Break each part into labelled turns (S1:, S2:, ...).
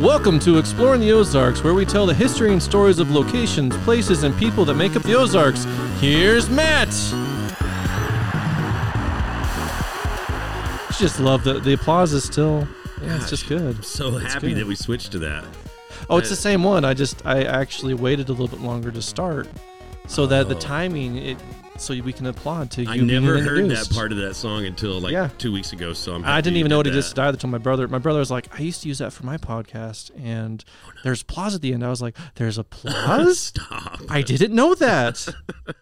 S1: Welcome to Exploring the Ozarks, where we tell the history and stories of locations, places, and people that make up the Ozarks. Here's Matt. Just love the the applause is still. Yeah, it's just good.
S2: I'm so happy
S1: good.
S2: that we switched to that.
S1: Oh, it's the same one. I just I actually waited a little bit longer to start, so that the
S2: Oh.
S1: timing it so we can applaud to you.
S2: I
S1: being
S2: never heard that
S1: introduced.
S2: part of that song until like
S1: Yeah.
S2: two weeks ago. So I'm
S1: I
S2: happy
S1: didn't
S2: you
S1: even know what
S2: did
S1: it is
S2: that.
S1: to told my brother. My brother was like, I used to use that for my podcast, and
S2: Oh,
S1: there's applause at the end. I was like, there's applause.
S2: Stop.
S1: I didn't know that.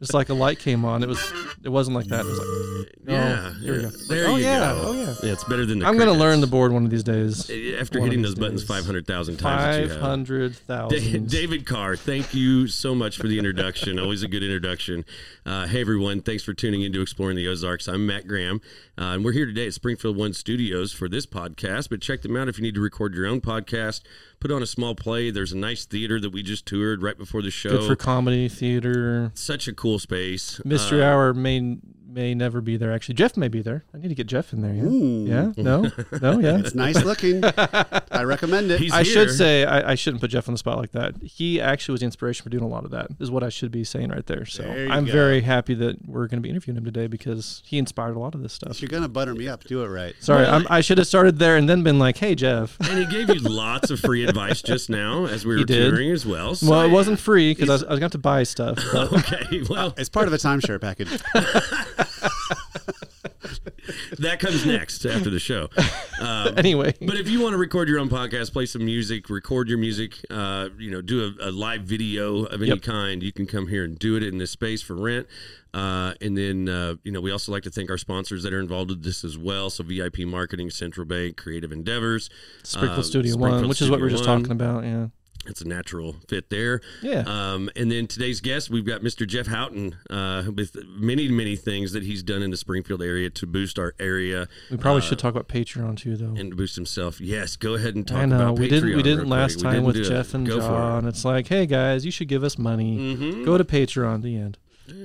S1: It's like a light came on. It was. It wasn't like that. It was like, oh,
S2: yeah.
S1: here we go.
S2: yeah. There
S1: Oh,
S2: you
S1: yeah.
S2: go.
S1: Oh, yeah.
S2: It's better than the.
S1: I'm gonna learn the
S2: crickets.
S1: board one of these days.
S2: After
S1: one of
S2: hitting
S1: these
S2: those buttons
S1: days.
S2: 500,000 times. that you
S1: Five
S2: have.
S1: hundred
S2: Da-
S1: thousand.
S2: David Carr, thank you so much for the introduction. Always a good introduction. Uh, hey, everyone. Thanks for tuning in to Exploring the Ozarks. I'm Matt Graham, uh, and we're here today at Springfield One Studios for this podcast. But check them out if you need to record your own podcast, put on a small play. There's a nice theater that we just toured right before the show.
S1: Good for comedy theater.
S2: Such a cool space.
S1: Mystery Hour may may never be there. Actually, Jeff may be there. I need to get Jeff in there. Yeah. Yeah. No. No. Yeah.
S3: It's nice looking. I recommend it.
S2: He's
S1: I
S2: here.
S1: should say I, I shouldn't put Jeff on the spot like that. He actually was the inspiration for doing a lot of that. Is what I should be saying right there. So
S3: There you
S1: I'm
S3: go.
S1: very happy that we're going to be interviewing him today because he inspired a lot of this stuff.
S3: if you're gonna butter me up, do it right.
S1: Sorry, I'm, I should have started there and then been like, "Hey, Jeff."
S2: And he gave you lots of free advice just now as we were
S1: did.
S2: touring as well. So,
S1: Well, it wasn't free because I was, I was going to have to buy stuff. but-
S2: Okay, well,
S3: It's part of a timeshare package.
S2: that comes next after the show. Um,
S1: anyway,
S2: But if you want to record your own podcast, play some music, record your music, uh, you know, do a, a live video of any
S1: Yep.
S2: kind, you can come here and do it in this space for rent. Uh, and then, uh, you know, we also like to thank our sponsors that are involved with this as well. So VIP Marketing, Central Bank, Creative Endeavors,
S1: Sprinkle
S2: uh,
S1: Studio One,
S2: Springfield
S1: which is what we
S2: Studio
S1: were just
S2: One.
S1: talking about. Yeah.
S2: It's a natural fit there.
S1: Yeah.
S2: Um, and then today's guest, we've got Mr. Jeff Houghton uh, with many, many things that he's done in the Springfield area to boost our area
S1: We probably should talk about Patreon too, though.
S2: uh, and boost himself. Yes, go ahead and talk
S1: I know
S2: about
S1: we didn't we
S2: Patreon
S1: didn't
S2: real
S1: last
S2: quick. We
S1: time
S2: didn't
S1: with
S2: do it.
S1: Jeff and
S2: Go for it. Mm-hmm.
S1: John. It's like, hey guys, you should give us money. Go to Patreon. The end.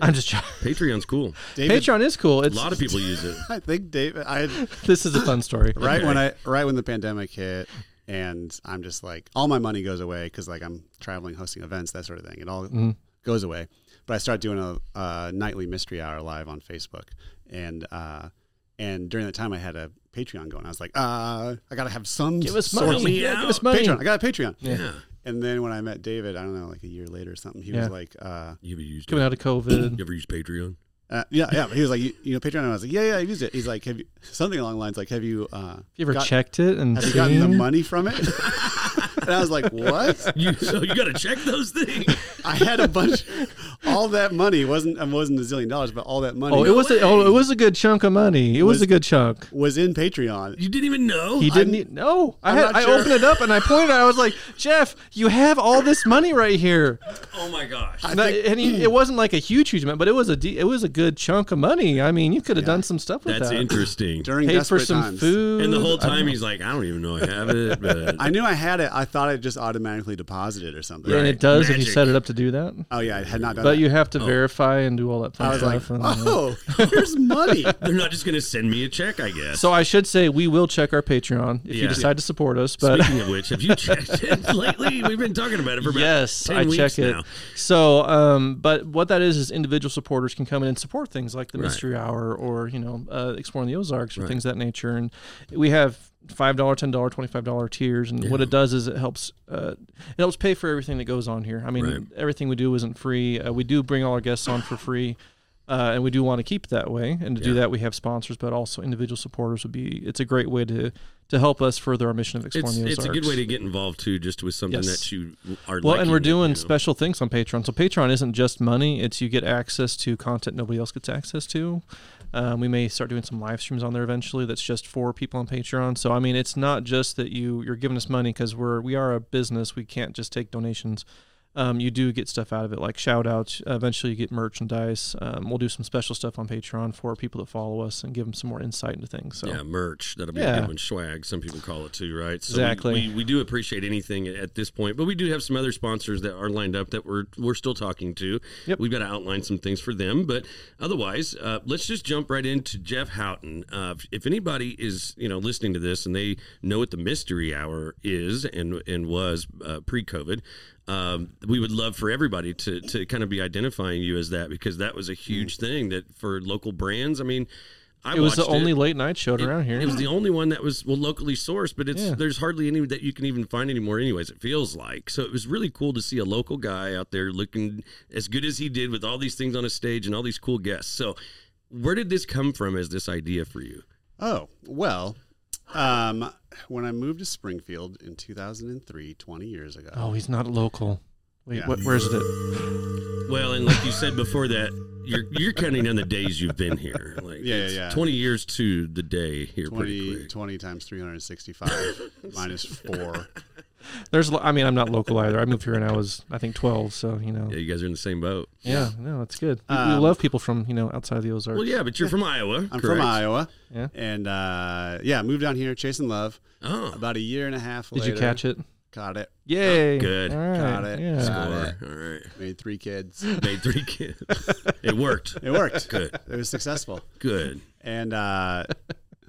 S1: I'm just joking.
S2: Patreon's cool.
S3: David,
S1: Patreon is cool.
S2: A
S1: It's
S2: lot of people use it.
S3: I think David. I
S1: this is a fun story.
S3: right when I right when the pandemic hit, and I'm just like all my money goes away because like I'm traveling, hosting events, that sort of thing. It all
S1: Mm-hmm.
S3: goes away. But I started doing a uh, nightly mystery hour live on Facebook, and uh, and during that time I had a Patreon going. I was like, uh, I gotta have some
S1: Give us
S3: sort
S1: money.
S3: of
S1: Yeah,
S2: out.
S1: give us money.
S3: Patreon. I got a Patreon.
S2: Yeah.
S3: And then when I met David, I don't know, like a year later or something, he
S1: Yeah.
S3: was like, uh,
S2: You ever used
S1: Coming
S2: it?
S1: out of COVID.
S2: You ever used Patreon?
S3: uh, yeah, yeah. He was like, you, you know, Patreon. And I was like, yeah, yeah, I've used it. He's like, have you, something along the lines like, have you, uh,
S1: You ever
S3: got-
S1: checked it and
S3: have you gotten the
S1: seen?
S3: money from it? and I was like, what?
S2: You, so you got to check those things.
S3: I had a bunch, all that money wasn't, it wasn't a zillion dollars, but all that money
S1: Oh, it was a, oh, it was a good chunk of money. It was,
S3: Was-
S1: a good chunk.
S3: was in Patreon.
S2: You didn't even know.
S1: He didn't. e- no, I
S3: I'm
S1: had.
S3: not
S1: I
S3: sure.
S1: opened it up and I pointed. I was like, Jeff, you have all this money right here.
S2: oh my gosh.
S3: I
S1: And, I-
S3: think
S1: and he, it wasn't like a huge, huge amount, but it was a de- it was a good chunk of money. I mean, you could have done some stuff with
S2: That's
S1: that.
S2: interesting.
S3: during
S1: Paid for
S3: desperate
S1: some
S3: times.
S1: food.
S2: And the whole
S1: I-
S2: time he's like, I don't even know I have it, but
S3: I knew I had it. I thought it just automatically deposited or something.
S1: and it does if you
S2: Magic. Oh.
S1: set it up to do that.
S3: Oh yeah, I had not done
S1: But
S3: that.
S1: you have to verify and do all that fun
S3: I was like,
S1: stuff. and- uh,
S3: oh, here's money.
S2: they're not just going to send me a check, I guess.
S1: So I should say we will check our Patreon if you
S2: Yeah.
S1: decide to support us. But
S2: Speaking of which, have you checked it lately? We've been talking about it for about
S1: yes,
S2: 10
S1: I
S2: weeks
S1: check it.
S2: now.
S1: So, um, but what that is is individual supporters can come in and support things like the
S2: Right.
S1: Mystery Hour or you know uh, exploring the Ozarks or things of that nature. And we have five dollar, ten dollar, twenty five dollar tiers. And what it does is it helps uh, it helps pay for everything that goes on here. I mean,
S2: Right.
S1: everything we do isn't free. Uh, we do bring all our guests on for free. Uh, and we do want to keep it that way, and to do that, we have sponsors, but also individual supporters would be. It's a great way to to help us further our mission of exploring
S2: It's,
S1: the Ozarks.
S2: it's a good way to get involved too, just with something
S1: Yes.
S2: that you are.
S1: Well, and
S2: liking,
S1: we're
S2: you
S1: doing
S2: know.
S1: special things on Patreon. So Patreon isn't just money; it's you get access to content nobody else gets access to. Um, we may start doing some live streams on there eventually. That's just for people on Patreon. So I mean, it's not just that you you're giving us money because we're we are a business. We can't just take donations. um, you do get stuff out of it, like shout outs. Eventually, you get merchandise. Um, we'll do some special stuff on Patreon for people that follow us and give them some more insight into things. So,
S2: Yeah, merch. That'll be a
S1: Yeah.
S2: good one. Swag, some people call it too, right? So we-
S1: Exactly.
S2: We, we, do appreciate anything at this point, but we do have some other sponsors that are lined up that we're we're still talking to.
S1: Yep.
S2: We've got to outline some things for them, but otherwise, uh, let's just jump right into Jeff Houghton. Uh, if- if anybody is you know listening to this and they know what the Mystery Hour is and and was uh, pre-COVID. Um, we would love for everybody to, to kind of be identifying you as that because that was a huge thing that for local brands. I mean, I
S1: Mm. it was the
S2: watched
S1: only late night show around here.
S2: it was the only one that was well locally sourced, but it's
S1: Yeah.
S2: there's hardly any that you can even find anymore. Anyways, it feels like so it was really cool to see a local guy out there looking as good as he did with all these things on a stage and all these cool guests. So, where did this come from as this idea for you?
S3: Oh, well, um, when I moved to Springfield in 2003, 20 years ago.
S1: oh, he's not local. Wait,
S3: Yeah.
S1: what, where is it?
S2: Well, and like you said before that, you're you're counting on the days you've been here. Like
S3: Yeah, yeah,
S2: it's
S3: yeah.
S2: twenty years to the day here, pretty
S3: 20,
S2: quick.
S3: 20 times 365 minus 4.
S1: There's, lo- I mean, I'm not local either. I moved here when I was, I think, 12. So you know,
S2: Yeah,
S1: yeah,
S2: you guys are in the same boat.
S1: no, it's good. We, we
S3: Um,
S1: love people from you know outside the Ozarks.
S2: Well, yeah, but you're from Iowa.
S3: I'm
S2: correct?
S3: from Iowa.
S1: Yeah.
S3: And uh, yeah, moved down here chasing love.
S2: Oh,
S3: About a year and a half
S1: Did
S3: later.
S1: you catch it?
S3: Caught it.
S1: Yay!
S2: good.
S1: All right,
S3: Got it.
S1: Yeah.
S2: all
S3: Got
S2: right.
S3: it.
S2: all right.
S3: Made three kids.
S2: Made three kids. It worked.
S3: It worked.
S2: Good.
S3: It was successful.
S2: Good.
S3: And uh,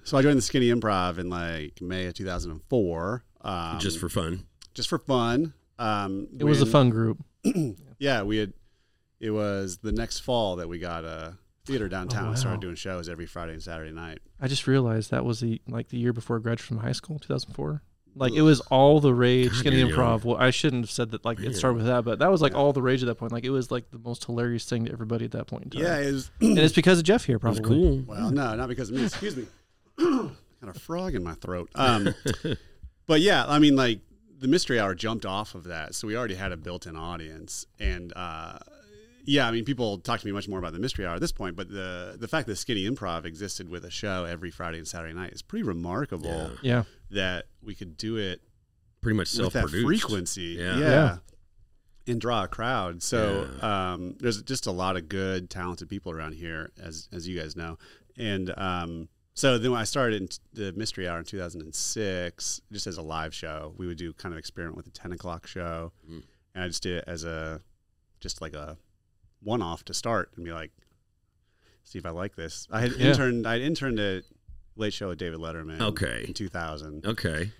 S3: so I joined the Skinny Improv in like May of 2004. Um,
S2: Just for fun.
S3: just for fun. Um,
S1: It was a
S3: when-
S1: fun group.
S3: Yeah, we had. It was the next fall that we got a theater downtown.
S1: wow.
S3: and Started doing shows every Friday and Saturday night.
S1: I just realized that was the like the year before I graduated from high school, 2004. Like it was all the rage,
S2: God,
S1: skinny
S2: you're
S1: improv. Well, I shouldn't have said that. Like
S2: Man.
S1: it started with that, but that was like all the rage at that point. Like it was like the most hilarious thing to everybody at that point in time.
S3: Yeah, it was.
S1: and it's because of Jeff here, probably.
S2: It's cool.
S3: Well, no, not because of me. Excuse me. got a frog in my throat. Um, but yeah, I mean, like the mystery hour jumped off of that, so we already had a built-in audience, and uh, yeah, I mean, people talk to me much more about the mystery hour at this point, but the the fact that Skinny Improv existed with a show every Friday and Saturday night is pretty remarkable.
S2: Yeah.
S1: Yeah,
S3: That we could do it
S2: Pretty much
S3: with
S2: self
S3: that
S2: produced.
S3: frequency,
S2: Yeah.
S3: yeah.
S1: Yeah.
S3: and draw a crowd. So um, there's just a lot of good, talented people around here, as as you guys know. And um, so then when I started in t- the Mystery Hour in 2006, just as a live show, we would do kind of experiment with a 10 o'clock show,
S2: Mm.
S3: and I just did it as a just like a one off to start and be like, see if I like this. I had
S1: Yeah.
S3: interned. I had interned at Late Show with David Letterman.
S2: Okay.
S3: in 2000.
S2: Okay.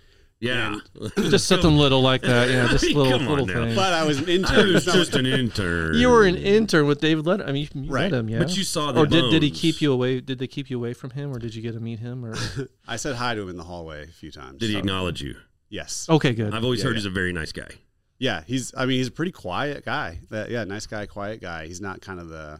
S2: Yeah.
S1: just something little like that. Yeah, just
S2: Come
S1: little
S2: on
S1: little
S2: now.
S1: thing.
S3: But I was an
S2: I
S3: intern.
S2: was
S3: It's not like-
S2: just an intern.
S1: you were an intern with David Letter. I mean, you, you
S3: Right.
S1: met him, yeah.
S2: But you saw the
S1: or did, did he
S2: bones.
S1: keep you away? Did they keep you away from him, or did you get to meet him? Or
S3: I said hi to him in the hallway a few times.
S2: Did he
S3: so-
S2: acknowledge you?
S3: Yes. Oh.
S1: okay, good.
S2: I've always
S3: Yeah,
S2: heard
S3: yeah.
S2: he's a very nice guy.
S3: Yeah, he's. I mean, he's a pretty quiet guy. That yeah, nice guy, quiet guy. He's not kind of the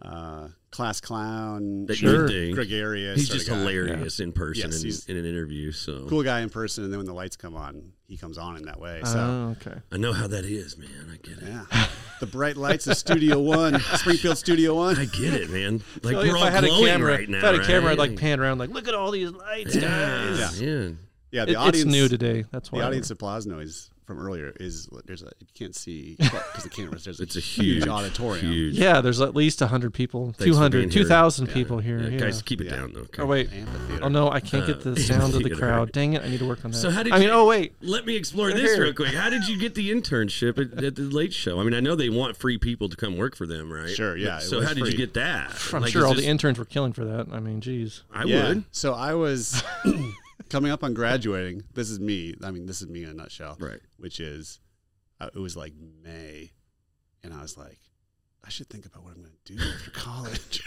S3: uh, class clown,
S2: That you
S1: Sure.
S2: would think.
S3: gregarious.
S2: He's
S3: sort
S2: just
S3: of guy.
S2: hilarious in person
S3: Yes, he's-
S2: in, in an interview. So
S3: Cool guy in person, and then when the lights come on, he comes on in that way. So
S1: Oh, okay.
S2: I know how that is, man. I get it.
S3: yeah, the bright lights of Studio One, Springfield Studio
S2: I
S3: One.
S2: get it, man.
S1: Like,
S2: Like we're
S1: Oh, if
S2: all
S1: I had a
S2: glowing
S1: camera,
S2: right now.
S1: if I had a
S2: right?
S1: camera, I'd like pan around, like look at all these lights, guys.
S2: Yeah. yeah.
S3: Yeah,
S1: It-
S3: the
S1: it's
S3: audience.
S1: new today. That's why
S3: the
S1: I-
S3: audience applause noise from earlier is there's a you can't see because the cameras. There's a,
S2: It's a huge,
S3: auditorium.
S2: Huge.
S1: Yeah, there's at least 100 people,
S2: for
S1: 200,
S2: being here.
S1: 2,000
S3: Yeah.
S1: people here.
S2: Yeah,
S1: Yeah,
S2: Guys, keep it
S3: Yeah.
S2: down though. okay?
S1: oh, wait.
S3: Amphitheater.
S1: Oh, no, I can't get
S2: Uh,
S1: the sound of the
S2: theater.
S1: crowd. Dang it, I need to work on that.
S2: So how did
S1: I mean,
S2: you-
S1: oh, wait.
S2: Let me explore
S1: They're
S2: this
S1: here.
S2: real quick. How did you get the internship at, at the Late Show? I mean, I know they want free people to come work for them, right?
S3: Sure, yeah, it
S2: So
S3: was
S2: how did
S3: free.
S2: you get that?
S1: I'm
S2: Like,
S1: sure
S2: is
S1: all
S2: this-
S1: the interns were killing for that. I mean, geez.
S2: I
S3: yeah.
S2: would.
S3: So I was coming up on graduating. This is me. I mean, this is me in a nutshell.
S2: Right.
S3: Which is, uh, it was like May, and I was like, I should think about what I'm going to do after college.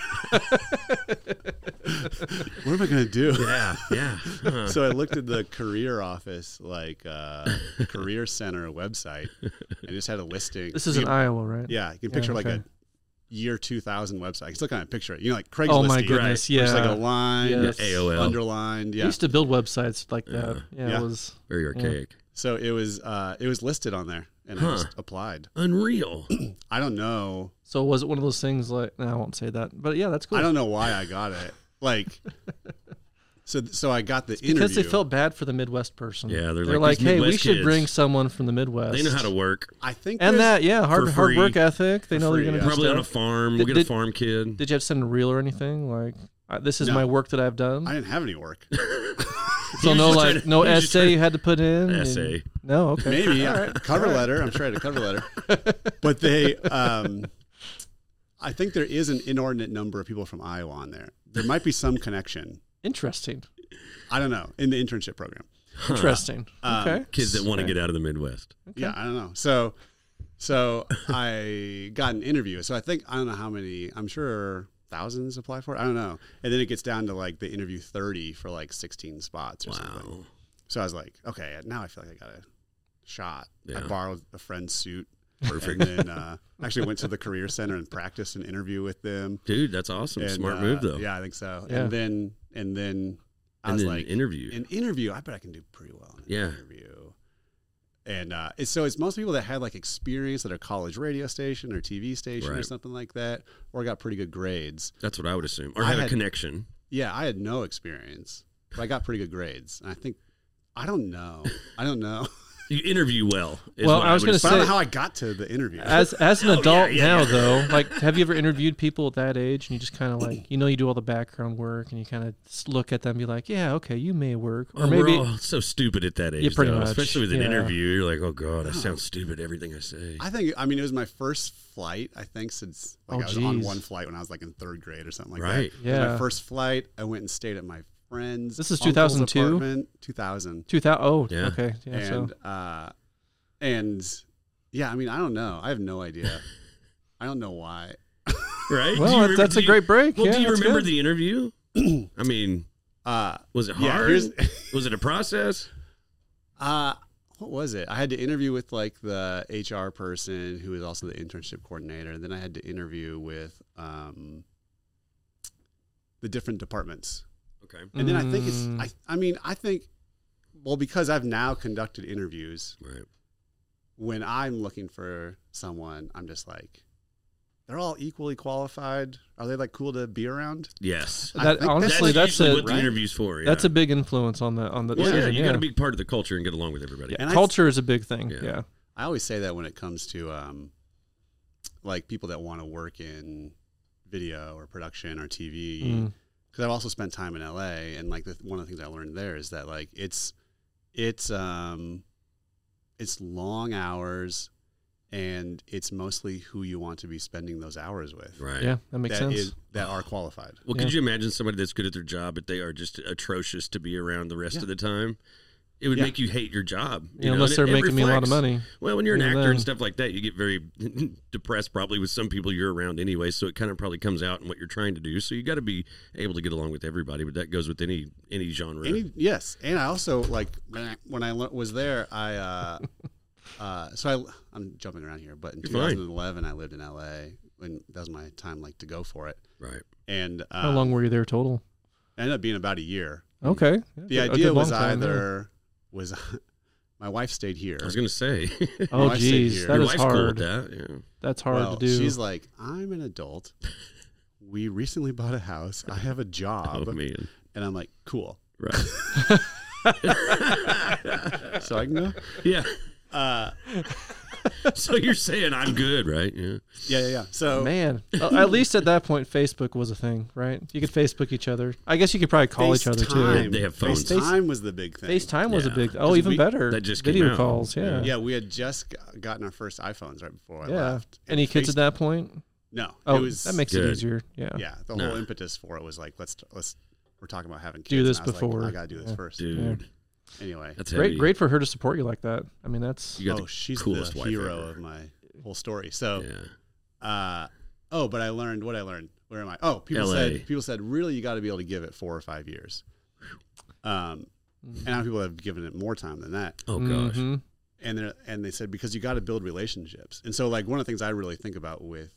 S3: what am I going to do?
S2: Yeah. Yeah. Huh.
S3: So I looked at the career office, like uh, career center website, and just had a listing.
S1: This is
S3: You
S1: in
S3: can-
S1: Iowa, right?
S3: yeah. You can picture like
S1: okay.
S3: a year 2000 website. You still kind of picture it. You know, like Craigslist.
S1: Oh, my
S2: Right.
S1: goodness. Yeah.
S3: There's like a line,
S1: Yeah.
S2: Yeah, AOL.
S3: underlined.
S1: I
S3: Yeah.
S1: used to build websites like that. Yeah,
S3: Yeah.
S1: it was.
S2: Very archaic.
S3: So it was uh, it was listed on there, and
S2: Huh.
S3: I just applied.
S2: Unreal.
S3: I don't know.
S1: So was it one of those things like, no, I won't say that. But yeah, that's cool.
S3: I don't know why I got it. Like So so I got the interview
S1: because they felt bad for the Midwest person.
S2: Yeah, they're
S1: they're like,
S2: like, "These
S1: hey, we
S2: Midwest
S1: should
S2: kids,
S1: bring someone from the Midwest.
S2: They know how to work.
S3: I think
S1: And
S3: there's-
S1: that, yeah, hard
S2: for
S1: hard work
S2: free.
S1: ethic. They know
S3: free,
S1: they're
S3: yeah.
S1: gonna do
S2: Probably on a
S1: stuff.
S2: farm.
S1: Did-
S2: we'll get a
S1: did-
S2: farm kid.
S1: Did you have to send a reel or anything? Like I, this is
S3: No.
S1: my work that I've done.
S3: I didn't have any work.
S1: so
S2: was
S1: no
S2: just trying
S1: like
S2: to-
S1: no
S2: he was just
S1: essay
S2: trying
S1: you had to put in. and-
S2: Essay.
S1: no, okay.
S3: Maybe yeah. cover letter. I'm sure I had a cover letter. But they, um, I think there is an inordinate number of people from Iowa on there. There might be some connection.
S1: Interesting.
S3: I don't know in the internship program.
S1: Interesting.
S3: Um,
S1: okay.
S2: Kids that want to get out of the Midwest.
S3: Yeah, I don't know. So, so I got an interview. So I think I don't know how many. I'm sure thousands apply for it. I don't know. And then it gets down to like the interview 30 for like 16 spots or something.
S2: Wow.
S3: So I was like, okay, now I feel like I got a shot. I
S2: Yeah.
S3: borrowed a friend's suit.
S2: Perfect.
S3: And then uh, actually went to the career center and practiced an interview with them.
S2: Dude, that's awesome.
S3: And,
S2: Smart
S3: uh,
S2: move though.
S3: Yeah, I think so.
S1: Yeah.
S3: And then and then I
S2: And
S3: was
S2: then
S3: like,
S2: interview.
S3: an interview. I bet I can do pretty well in an
S2: Yeah.
S3: interview. And uh, it's, so it's most people that had like experience at a college radio station or TV station or
S2: Right.
S3: something like that, or got pretty good grades.
S2: that's what I would assume. Or
S3: I
S2: have a
S3: had-
S2: connection.
S3: Yeah, I had no experience, but I got pretty good grades. And I think I don't know. I don't know.
S2: You interview well. is
S1: Well,
S2: what
S1: I was
S2: would
S1: gonna
S3: but I don't know
S1: Say-
S3: how I got to the interview.
S1: As as an
S2: Oh, yeah,
S1: adult
S2: yeah,
S1: now
S2: yeah.
S1: though, like have you ever interviewed people at that age and you just kind of like you know you do all the background work and you kind of look at them and be like, yeah, okay, you may work or
S2: Oh,
S1: maybe
S2: we're all so stupid at that age,
S1: Yeah, pretty
S2: though.
S1: much,
S2: especially with an
S1: yeah.
S2: interview. You're like, oh god, I sound stupid everything I say.
S3: I think I mean it was my first flight. I think since like
S1: Oh,
S3: I was on
S1: geez.
S3: one flight when I was like in third grade or something like
S2: Right.
S3: that. It was
S1: Yeah.
S3: my first flight. I went and stayed at my friend's.
S1: This is
S3: uncle's
S1: 2002?
S3: apartment, 2000.
S1: two thousand. Oh,
S2: Yeah.
S1: okay, yeah. so
S3: and uh, and yeah, I mean I don't know. I have no idea. I don't know why.
S2: right? Do you
S1: well,
S2: remember-
S1: that, that's
S2: do
S1: a
S2: you-
S1: great break.
S2: Well,
S1: yeah,
S2: do you
S1: that's
S2: remember
S1: good.
S2: the interview? I mean,
S3: Uh,
S2: was it
S3: Yeah,
S2: hard?
S3: here's-
S2: was it a process?
S3: uh, what was it? I had to interview with like the HR person who was also the internship coordinator. And then I had to interview with um, the different departments.
S2: Okay.
S3: And then I think it's,
S1: Mm.
S3: I, I mean, I think, well, because I've now conducted interviews,
S2: Right.
S3: when I'm looking for someone, I'm just like, they're all equally qualified. Are they like cool to be around?
S2: Yes.
S3: I
S1: That-
S3: think
S2: That's,
S1: honestly, that's
S2: usually
S1: a
S2: what the
S3: right?
S2: interview's for.
S1: that's a big influence on the on the
S2: Well, yeah,
S1: decision,
S2: you got to be part of the culture and get along with everybody.
S1: Yeah,
S3: And I-
S1: culture is a big thing.
S2: Yeah.
S1: Yeah.
S3: I always say that when it comes to um, like people that want to work in video or production or TV,
S1: Mm.
S3: because I've also spent time in LA, and like the, one of the things I learned there is that like it's it's um it's long hours, and it's mostly who you want to be spending those hours with
S2: Right.
S1: Yeah, that makes
S3: that
S1: sense.
S3: is- that are qualified.
S2: Well, could
S1: Yeah.
S2: you imagine somebody that's good at their job, but they are just atrocious to be around the rest
S3: Yeah.
S2: of the time? It would
S3: Yeah.
S2: make you hate your job.
S1: You know, unless
S2: and
S1: they're
S2: it- it
S1: making me a lot of
S2: reflects-
S1: money.
S2: Well, when you're an
S1: Even
S2: actor
S1: then.
S2: and stuff like that, you get very depressed probably with some people you're around anyway. So it kind of probably comes out in what you're trying to do. So you got to be able to get along with everybody, but that goes with any any genre.
S3: Any, yes, and I also like when I le- was there, I uh, uh, so I I'm jumping around here, but in
S2: You're fine.
S3: 2011 I lived in LA, and that was my time like to go for it,
S2: right.
S3: and uh,
S1: How long were you there total?
S3: it ended up being about a year.
S1: Okay.
S3: The idea was either was my wife stayed here.
S2: I was going to say.
S1: Oh,
S3: I stayed
S1: geez,
S3: here.
S1: that
S2: Your
S1: is
S2: wife's cool with
S1: hard.
S2: that. Yeah.
S1: That's hard
S3: well,
S1: to do.
S3: she's like, I'm an adult. We recently bought a house. I have a
S2: Oh,
S3: job,
S2: man.
S3: and I'm like, cool.
S2: Right.
S3: So I can go.
S2: Yeah.
S3: Uh,
S2: So you're saying I'm good, right? Yeah.
S3: yeah, yeah, yeah. So
S1: Man, Uh, at least at that point, Facebook was a thing, right? You could Facebook each other. I guess you could probably call each other too.
S3: FaceTime-
S2: They have phones.
S3: FaceTime was the big thing.
S1: FaceTime was a
S2: Yeah.
S1: big. Oh,
S3: 'Cause
S1: even
S3: we-
S1: better.
S2: that just
S1: video
S2: came out.
S1: calls. Yeah.
S3: Yeah, we had just g- gotten our first iPhones right before I
S1: Yeah.
S3: left. And
S1: Any kids
S3: Face-
S1: at that point?
S3: No.
S1: Oh,
S3: it was,
S1: that makes
S2: Good.
S1: it easier. Yeah.
S3: yeah. The
S2: Nah.
S3: whole impetus for it was like, let's let's we're talking about having kids.
S1: Do this
S3: and I was
S1: before.
S3: Like, I gotta do this
S1: Yeah.
S3: first.
S2: Dude,
S3: Anyway,
S2: that's
S1: Great,
S2: heavy.
S1: great for her to support you like that. I mean, that's
S2: You got
S3: oh, she's
S2: coolest
S3: the
S2: wife
S3: hero
S2: ever.
S3: of my whole story. So,
S2: the, yeah.
S3: uh, oh, but I learned what I learned. Where am I? Oh, people
S2: LA.
S3: said people said really you got to be able to give it four or five years. Um,
S1: Mm-hmm.
S3: and now people have given it more time than that.
S2: Oh gosh.
S1: Mhm.
S3: and they and they said because you got to build relationships. And so like one of the things I really think about with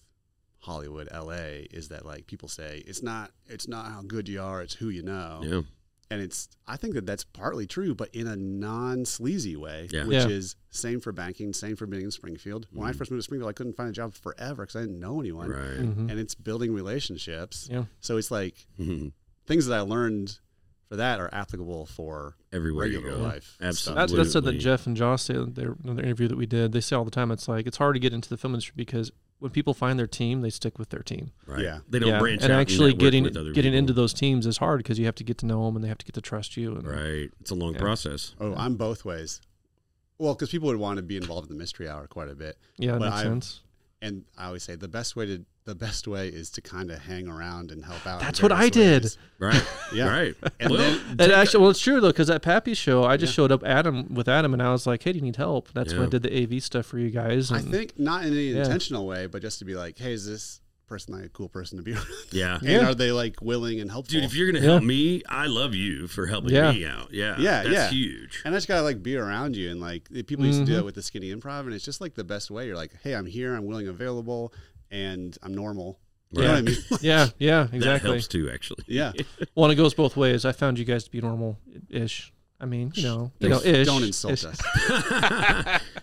S3: Hollywood, LA, is that like people say it's not it's not how good you are, it's who you know.
S2: Yeah.
S3: And it's I think that that's partly true, but in a non sleazy way,
S2: Yeah. Mm-hmm.
S3: which
S1: Yeah.
S3: is same for banking, same for being in Springfield. When I first moved to Springfield, I couldn't find a job forever because I didn't know anyone.
S2: Right.
S1: Mhm.
S3: And it's building relationships.
S1: Yeah.
S3: So it's like
S2: Mhm.
S3: things that I learned for that are applicable for
S2: Everywhere you
S3: regular
S2: go.
S3: life.
S2: Absolutely.
S3: stuff.
S1: That's, that's something
S2: Absolutely.
S1: that Jeff and Josh say in their, in their interview that we did. They say all the time, it's like, it's hard to get into the film industry because when people find their team, they stick with their team.
S2: Right.
S3: Yeah.
S2: They don't
S1: Yeah,
S2: branch
S1: and
S2: out
S1: actually
S2: network
S1: getting
S2: with other
S1: getting
S2: people.
S1: into those teams is hard because you have to get to know them and they have to get to trust you. And
S2: Right. It's a long process.
S3: Oh, I'm both ways. Well, because people would want to be involved in the mystery hour quite a bit,
S1: yeah, that
S3: But
S1: makes
S3: I-
S1: sense.
S3: and I always say the best way to the best way is to kind of hang around and help out. in
S1: That's what I
S3: various
S1: did.
S3: ways.
S2: Right.
S3: Yeah.
S2: Right.
S3: And
S2: well,
S3: then-
S1: And actually, well, it's true though, because that Pappy show, I just showed up Adam with Adam, and I was like, "Hey, do you need help?" That's when
S2: Yeah.
S1: I did the AV stuff for you guys.
S3: I
S1: and-
S3: think not in any
S1: Yeah.
S3: intentional way, but just to be like, hey, is this person like a cool person to be around?
S2: yeah.
S3: And
S1: Yeah.
S3: are they like willing and helpful?
S2: Dude, if you're gonna help me, I love you for helping
S1: Yeah.
S2: me out. Yeah,
S3: Yeah,
S2: that's
S3: yeah.
S2: huge.
S3: and I just gotta like be around you, and like the people used to do
S1: Mhm.
S3: that with the skinny improv, and it's just like the best way. You're like, hey, I'm here, I'm willing, available, and I'm normal. You know what I mean?
S1: yeah, yeah,
S2: That
S1: exactly.
S2: helps too, actually.
S3: yeah.
S1: Well, and it goes both ways. I found you guys to be normal ish. I mean, you know, you know, ish.
S3: Don't insult
S1: ish.
S3: us.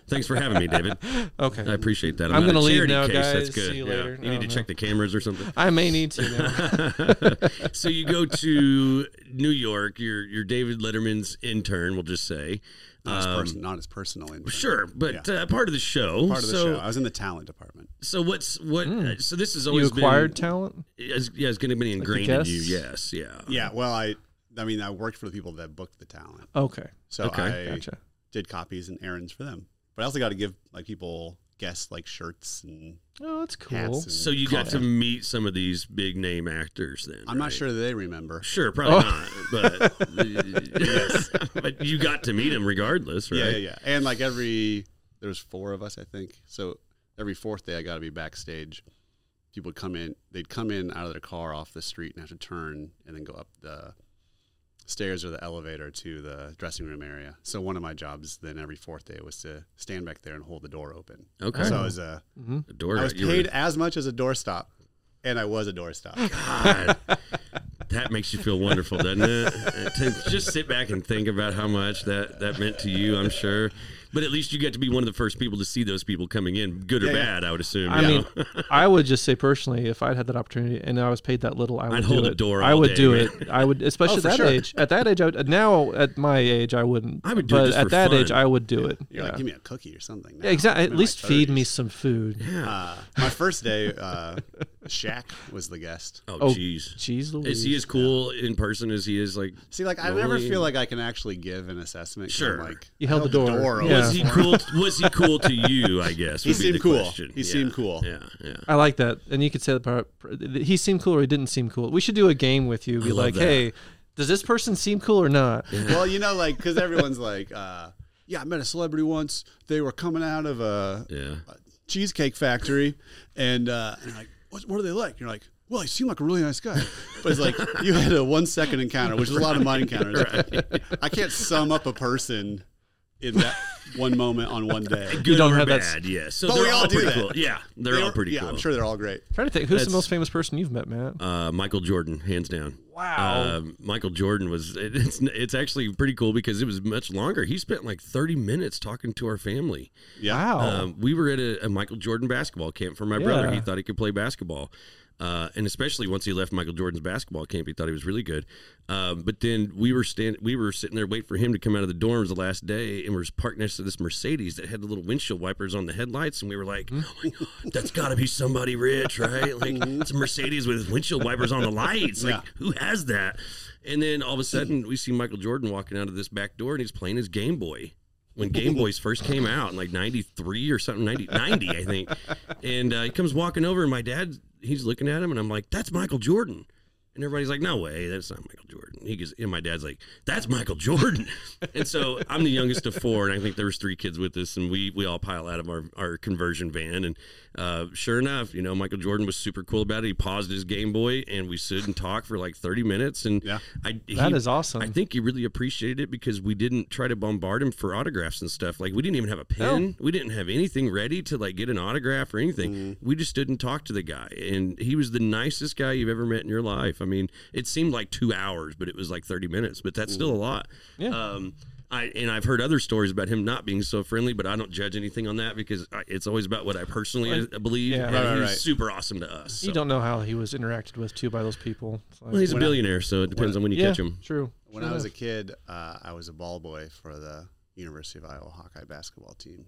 S2: Thanks for having me, David. I
S1: Okay,
S2: appreciate that.
S1: I'm
S2: not a
S1: gonna leave
S2: charity
S1: now,
S2: case. That's
S1: guys.
S2: good.
S1: See you
S2: Yeah.
S1: later.
S2: You need
S1: No,
S2: to
S1: no.
S2: check the cameras or something.
S1: I may need to. Now.
S2: so you go to New York. You're you're David Letterman's intern. We'll just say,
S3: Not as
S2: Um,
S3: person, not as personal. In
S2: sure, but uh, part of the show.
S3: part of the
S2: so,
S3: show. I was in the talent department.
S2: So what's what? uh, So this has
S1: Hmm. you
S2: always
S1: acquired
S2: been
S1: talent.
S2: is, yeah, it's going to be ingrained in
S1: guests?
S2: you. Yes, yeah,
S1: Uh-huh.
S3: Yeah. Well, I, I mean, I worked for the people that booked the talent,
S1: Okay,
S3: so
S2: Okay,
S3: I
S1: gotcha.
S3: did copies and errands for them. But I also got to give like people guests like shirts and
S1: Oh, that's
S3: hats.
S1: cool.
S3: and
S2: So you got
S3: coffee.
S2: to meet some of these big name actors then.
S3: I'm not
S2: right?
S3: sure they remember.
S2: Sure, probably
S1: Oh.
S2: not. But but you got to meet him regardless, right?
S3: Yeah, yeah, yeah. And like every there was four of us, I think. So every fourth day, I got to be backstage. People would come in. They'd come in out of their car off the street and have to turn and then go up the stairs or the elevator to the dressing room area. So one of my jobs then every fourth day was to stand back there and hold the door open.
S2: Okay.
S3: So I was a
S1: hmm
S2: The door.
S3: I was
S2: you were-
S3: paid as much as a doorstop, and I was a doorstop.
S2: God, that makes you feel wonderful, doesn't it? to just sit back and think about how much that that meant to you. I'm sure. But at least you get to be one of the first people to see those people coming in, good or
S3: Yeah, yeah.
S2: bad. I would assume.
S1: I
S2: you
S1: mean,
S2: know?
S1: I would just say personally, if I'd had that opportunity and I was paid that little, I would do
S2: hold a
S1: it.
S2: door
S1: I
S2: all
S1: would
S2: day,
S1: do
S2: man. Oh,
S1: it. I would, especially at
S3: for
S1: that
S3: sure.
S1: age. At that age, I would, now at my age, I wouldn't.
S2: I would do it
S1: but
S2: just
S1: at
S2: for
S1: that
S2: fun.
S1: age, I would do it. yeah.
S3: You're like, give me a cookie or something. now."
S1: Yeah, exactly.
S3: I'm
S1: At
S3: in my
S1: least feed me
S3: 30s.
S1: some food.
S3: Uh, my first day, uh, Shaq was the guest.
S2: oh,
S1: oh,
S2: jeez.
S1: Jeez Louise.
S2: Is he as cool in person as he is like?
S3: See, like I never
S2: Really?
S3: feel like I can actually give an assessment. 'cause I'm
S2: Sure.
S3: like
S1: You
S3: I
S1: held the door.
S3: open.
S1: Yeah.
S2: Was he cool? Was he cool to you? I guess
S3: He
S2: would be
S3: seemed
S2: the
S3: cool.
S2: question.
S3: He
S2: Yeah,
S3: seemed cool.
S2: Yeah, yeah.
S1: I like that. And you could say that part. He seemed cool or he didn't seem cool. We should do a game with you. Be
S2: love
S1: like,
S2: that.
S1: hey, does this person seem cool or not?
S3: well, you know, like because everyone's like, uh, yeah, I met a celebrity once. They were coming out of a,
S2: Yeah.
S3: a cheesecake factory, and, uh, and you're like, what, what are they like? And you're like. Well, he seemed like a really nice guy, but it's like you had a one-second encounter, which is a lot of my encounters. I can't sum up a person in that one moment on one day.
S2: Good
S1: don't
S2: or
S1: have that
S2: bad,
S1: s-
S2: yeah. So
S3: But
S2: they're
S3: we all
S2: all
S3: do
S2: pretty
S3: that.
S2: cool. Yeah, they're
S3: They
S2: all
S3: were-
S2: pretty
S3: yeah,
S2: cool.
S3: I'm sure they're all great.
S1: trying to think. Who's
S2: That's-
S1: the most famous person you've met, Matt?
S2: Uh, Michael Jordan, hands down. Wow. Michael Jordan was. It, it's it's actually pretty cool because it was much longer. He spent like 30 minutes talking to our family.
S3: Yeah.
S1: wow.
S2: Um, we were at a, a Michael Jordan basketball camp for my brother.
S1: Yeah.
S2: He thought he could play basketball. Uh, and especially once he left Michael Jordan's basketball camp, he thought he was really good. Um, but then we were stand, we were sitting there waiting for him to come out of the dorms the last day, and we were parked next to this Mercedes that had the little windshield wipers on the headlights, and we were like,
S1: Mm-hmm.
S2: "Oh my god, that's got to be somebody rich, right? Like it's a Mercedes with windshield wipers on the lights. Like who has that?" And then all of a sudden, we see Michael Jordan walking out of this back door, and he's playing his Game Boy when Game Boys first came out in like 93 or something, 90, 90 I think. And uh, he comes walking over, and my dad, he's looking at him, and I'm like, that's Michael Jordan. And everybody's like, no way, that's not Michael Jordan. He goes, and my dad's like, that's Michael Jordan. and so I'm the youngest of four, and I think there was three kids with us, and we we all pile out of our, our conversion van. And uh, sure enough, you know, Michael Jordan was super cool about it. He paused his Game Boy, and we stood and talked for like 30 minutes. And
S3: Yeah.
S2: I,
S1: that
S2: he-
S1: is awesome.
S2: I think he really appreciated it because we didn't try to bombard him for autographs and stuff. Like we didn't even have a pen. We didn't have anything ready to like get an autograph or anything.
S1: Mm-hmm.
S2: We just didn't talk to the guy. And he was the nicest guy you've ever met in your life. I mean, it seemed like two hours, but it was like 30 minutes, but that's still a lot.
S1: Mm-hmm. Yeah.
S2: Um, I and I've heard other stories about him not being so friendly, but I don't judge anything on that because I, it's always about what I personally believe.
S1: yeah.
S2: and
S1: Right,
S3: right,
S2: he was
S3: right.
S2: super awesome to us.
S1: You
S2: so.
S1: don't know how he was interacted with too by those people. It's like-
S2: Well, he's a
S3: When I-
S2: billionaire, so it depends on when you
S1: yeah,
S2: catch him.
S1: True.
S3: When
S1: Sure
S3: I was a
S1: enough.
S3: kid, uh, I was a ball boy for the University of Iowa Hawkeye basketball team,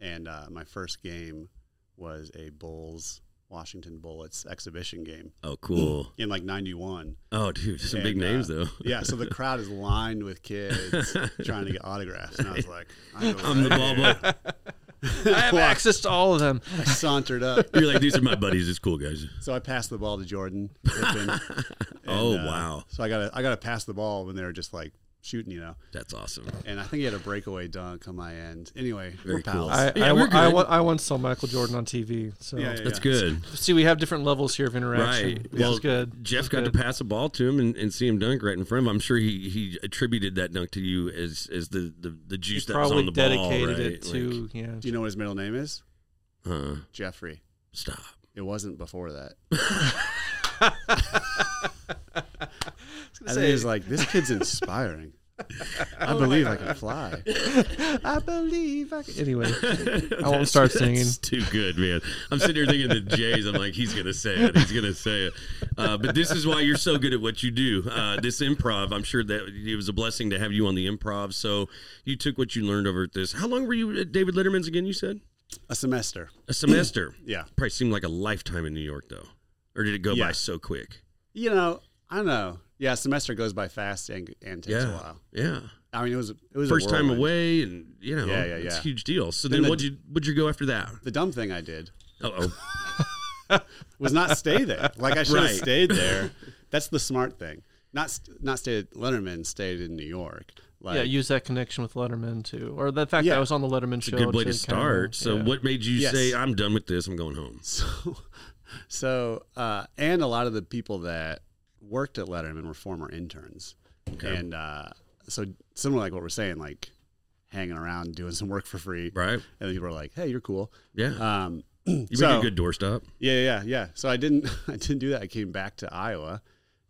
S3: and uh, my first game was a Bulls Washington Bullets exhibition game
S2: Oh, cool.
S3: in like '91.
S2: Oh, dude, some
S3: And,
S2: big names
S3: uh,
S2: though.
S3: Yeah, so the crowd is lined with kids trying to get autographs, and I was like, I'm,
S2: I'm the ball boy.
S1: I have access to all of them.
S3: I sauntered up.
S2: You're like, these are my buddies. It's cool, guys.
S3: So I passed the ball to Jordan. Pippen, and,
S2: Oh,
S3: uh,
S2: wow.
S3: So I got to I got to pass the ball when they were just like shooting, you know.
S2: That's awesome.
S3: And I think he had a breakaway dunk on my end. Anyway,
S2: Very
S3: we're
S2: cool.
S3: pals.
S1: I,
S2: Yeah,
S1: I,
S2: we're
S1: I,
S2: good.
S1: wa- I once saw Michael Jordan on TV. So
S3: Yeah, yeah,
S2: That's
S3: yeah.
S2: good.
S1: see, we have different levels here of interaction.
S2: Right.
S1: This is good.
S2: Jeff
S1: This is
S2: got
S1: good.
S2: to pass a ball to him and, and see him dunk right in front of him. I'm sure he, he attributed that dunk to you as as the, the, the juice that was
S1: Probably
S2: on the ball.
S1: dedicated
S2: right?
S1: it to yeah.
S3: Do you know what his middle name is?
S2: Like, huh,
S3: Jeffrey.
S2: stop.
S3: It wasn't before that. I think
S1: say-
S3: he was like, "This kid's inspiring. I believe I can fly."
S1: I believe I can. Anyway, I won't start singing.
S2: That's too good, man. I'm sitting here thinking the Jays. I'm like, he's gonna say it. He's gonna say it. Uh, but this is why you're so good at what you do. Uh, this improv, I'm sure that it was a blessing to have you on the improv. So you took what you learned over at this. How long were you at David Letterman's again? You said
S3: A semester.
S2: a semester.
S3: Yeah.
S2: Probably seemed like a lifetime in New York, though. Or did it go
S3: Yeah.
S2: by so quick?
S3: You know, I don't know. Yeah, a semester goes by fast and, and takes a
S2: Yeah.
S3: while.
S2: Yeah.
S3: I mean, it was it was a
S2: First time
S3: whirlwind.
S2: away, and you know,
S3: Yeah, yeah,
S2: it's
S3: yeah.
S2: a huge deal. So then,
S3: Then the-
S2: what'd you what'd you go after that?
S3: The dumb thing I did
S2: Uh oh.
S3: was not stay there. Like I should have
S2: Right.
S3: stayed there. That's the smart thing. Not st- not stayed at Letterman. Stayed in New York. Like,
S1: yeah, use that connection with Letterman too, or the fact that
S3: Yeah.
S1: I was on the Letterman show.
S2: a good way to
S1: kinda-
S2: start. So
S1: yeah.
S2: what made you
S3: Yes.
S2: say I'm done with this? I'm going home.
S3: So, so uh, and a lot of the people that worked at Letterman were former interns, and uh, so similar like what we're saying, like hanging around doing some work for free,
S2: Right?
S3: and then people are like, "Hey, you're cool."
S2: Yeah.
S3: Um,
S1: Hmm.
S2: you
S3: so-
S2: make a good doorstop.
S3: yeah, yeah, yeah. So I didn't, I didn't do that. I came back to Iowa,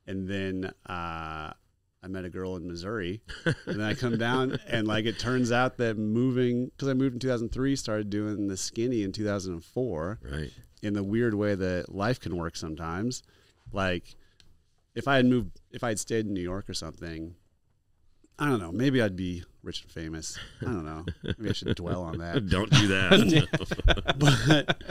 S3: and then uh, I met a girl in Missouri, and then I come down, and like it turns out that moving because I moved in 2003, started doing the skinny in 2004
S2: Right.
S3: in the weird way that life can work sometimes. Like if I had moved, if I had stayed in New York or something, I don't know. Maybe I'd be rich and famous. I don't know. Maybe I should dwell on that.
S2: Don't do that.
S3: But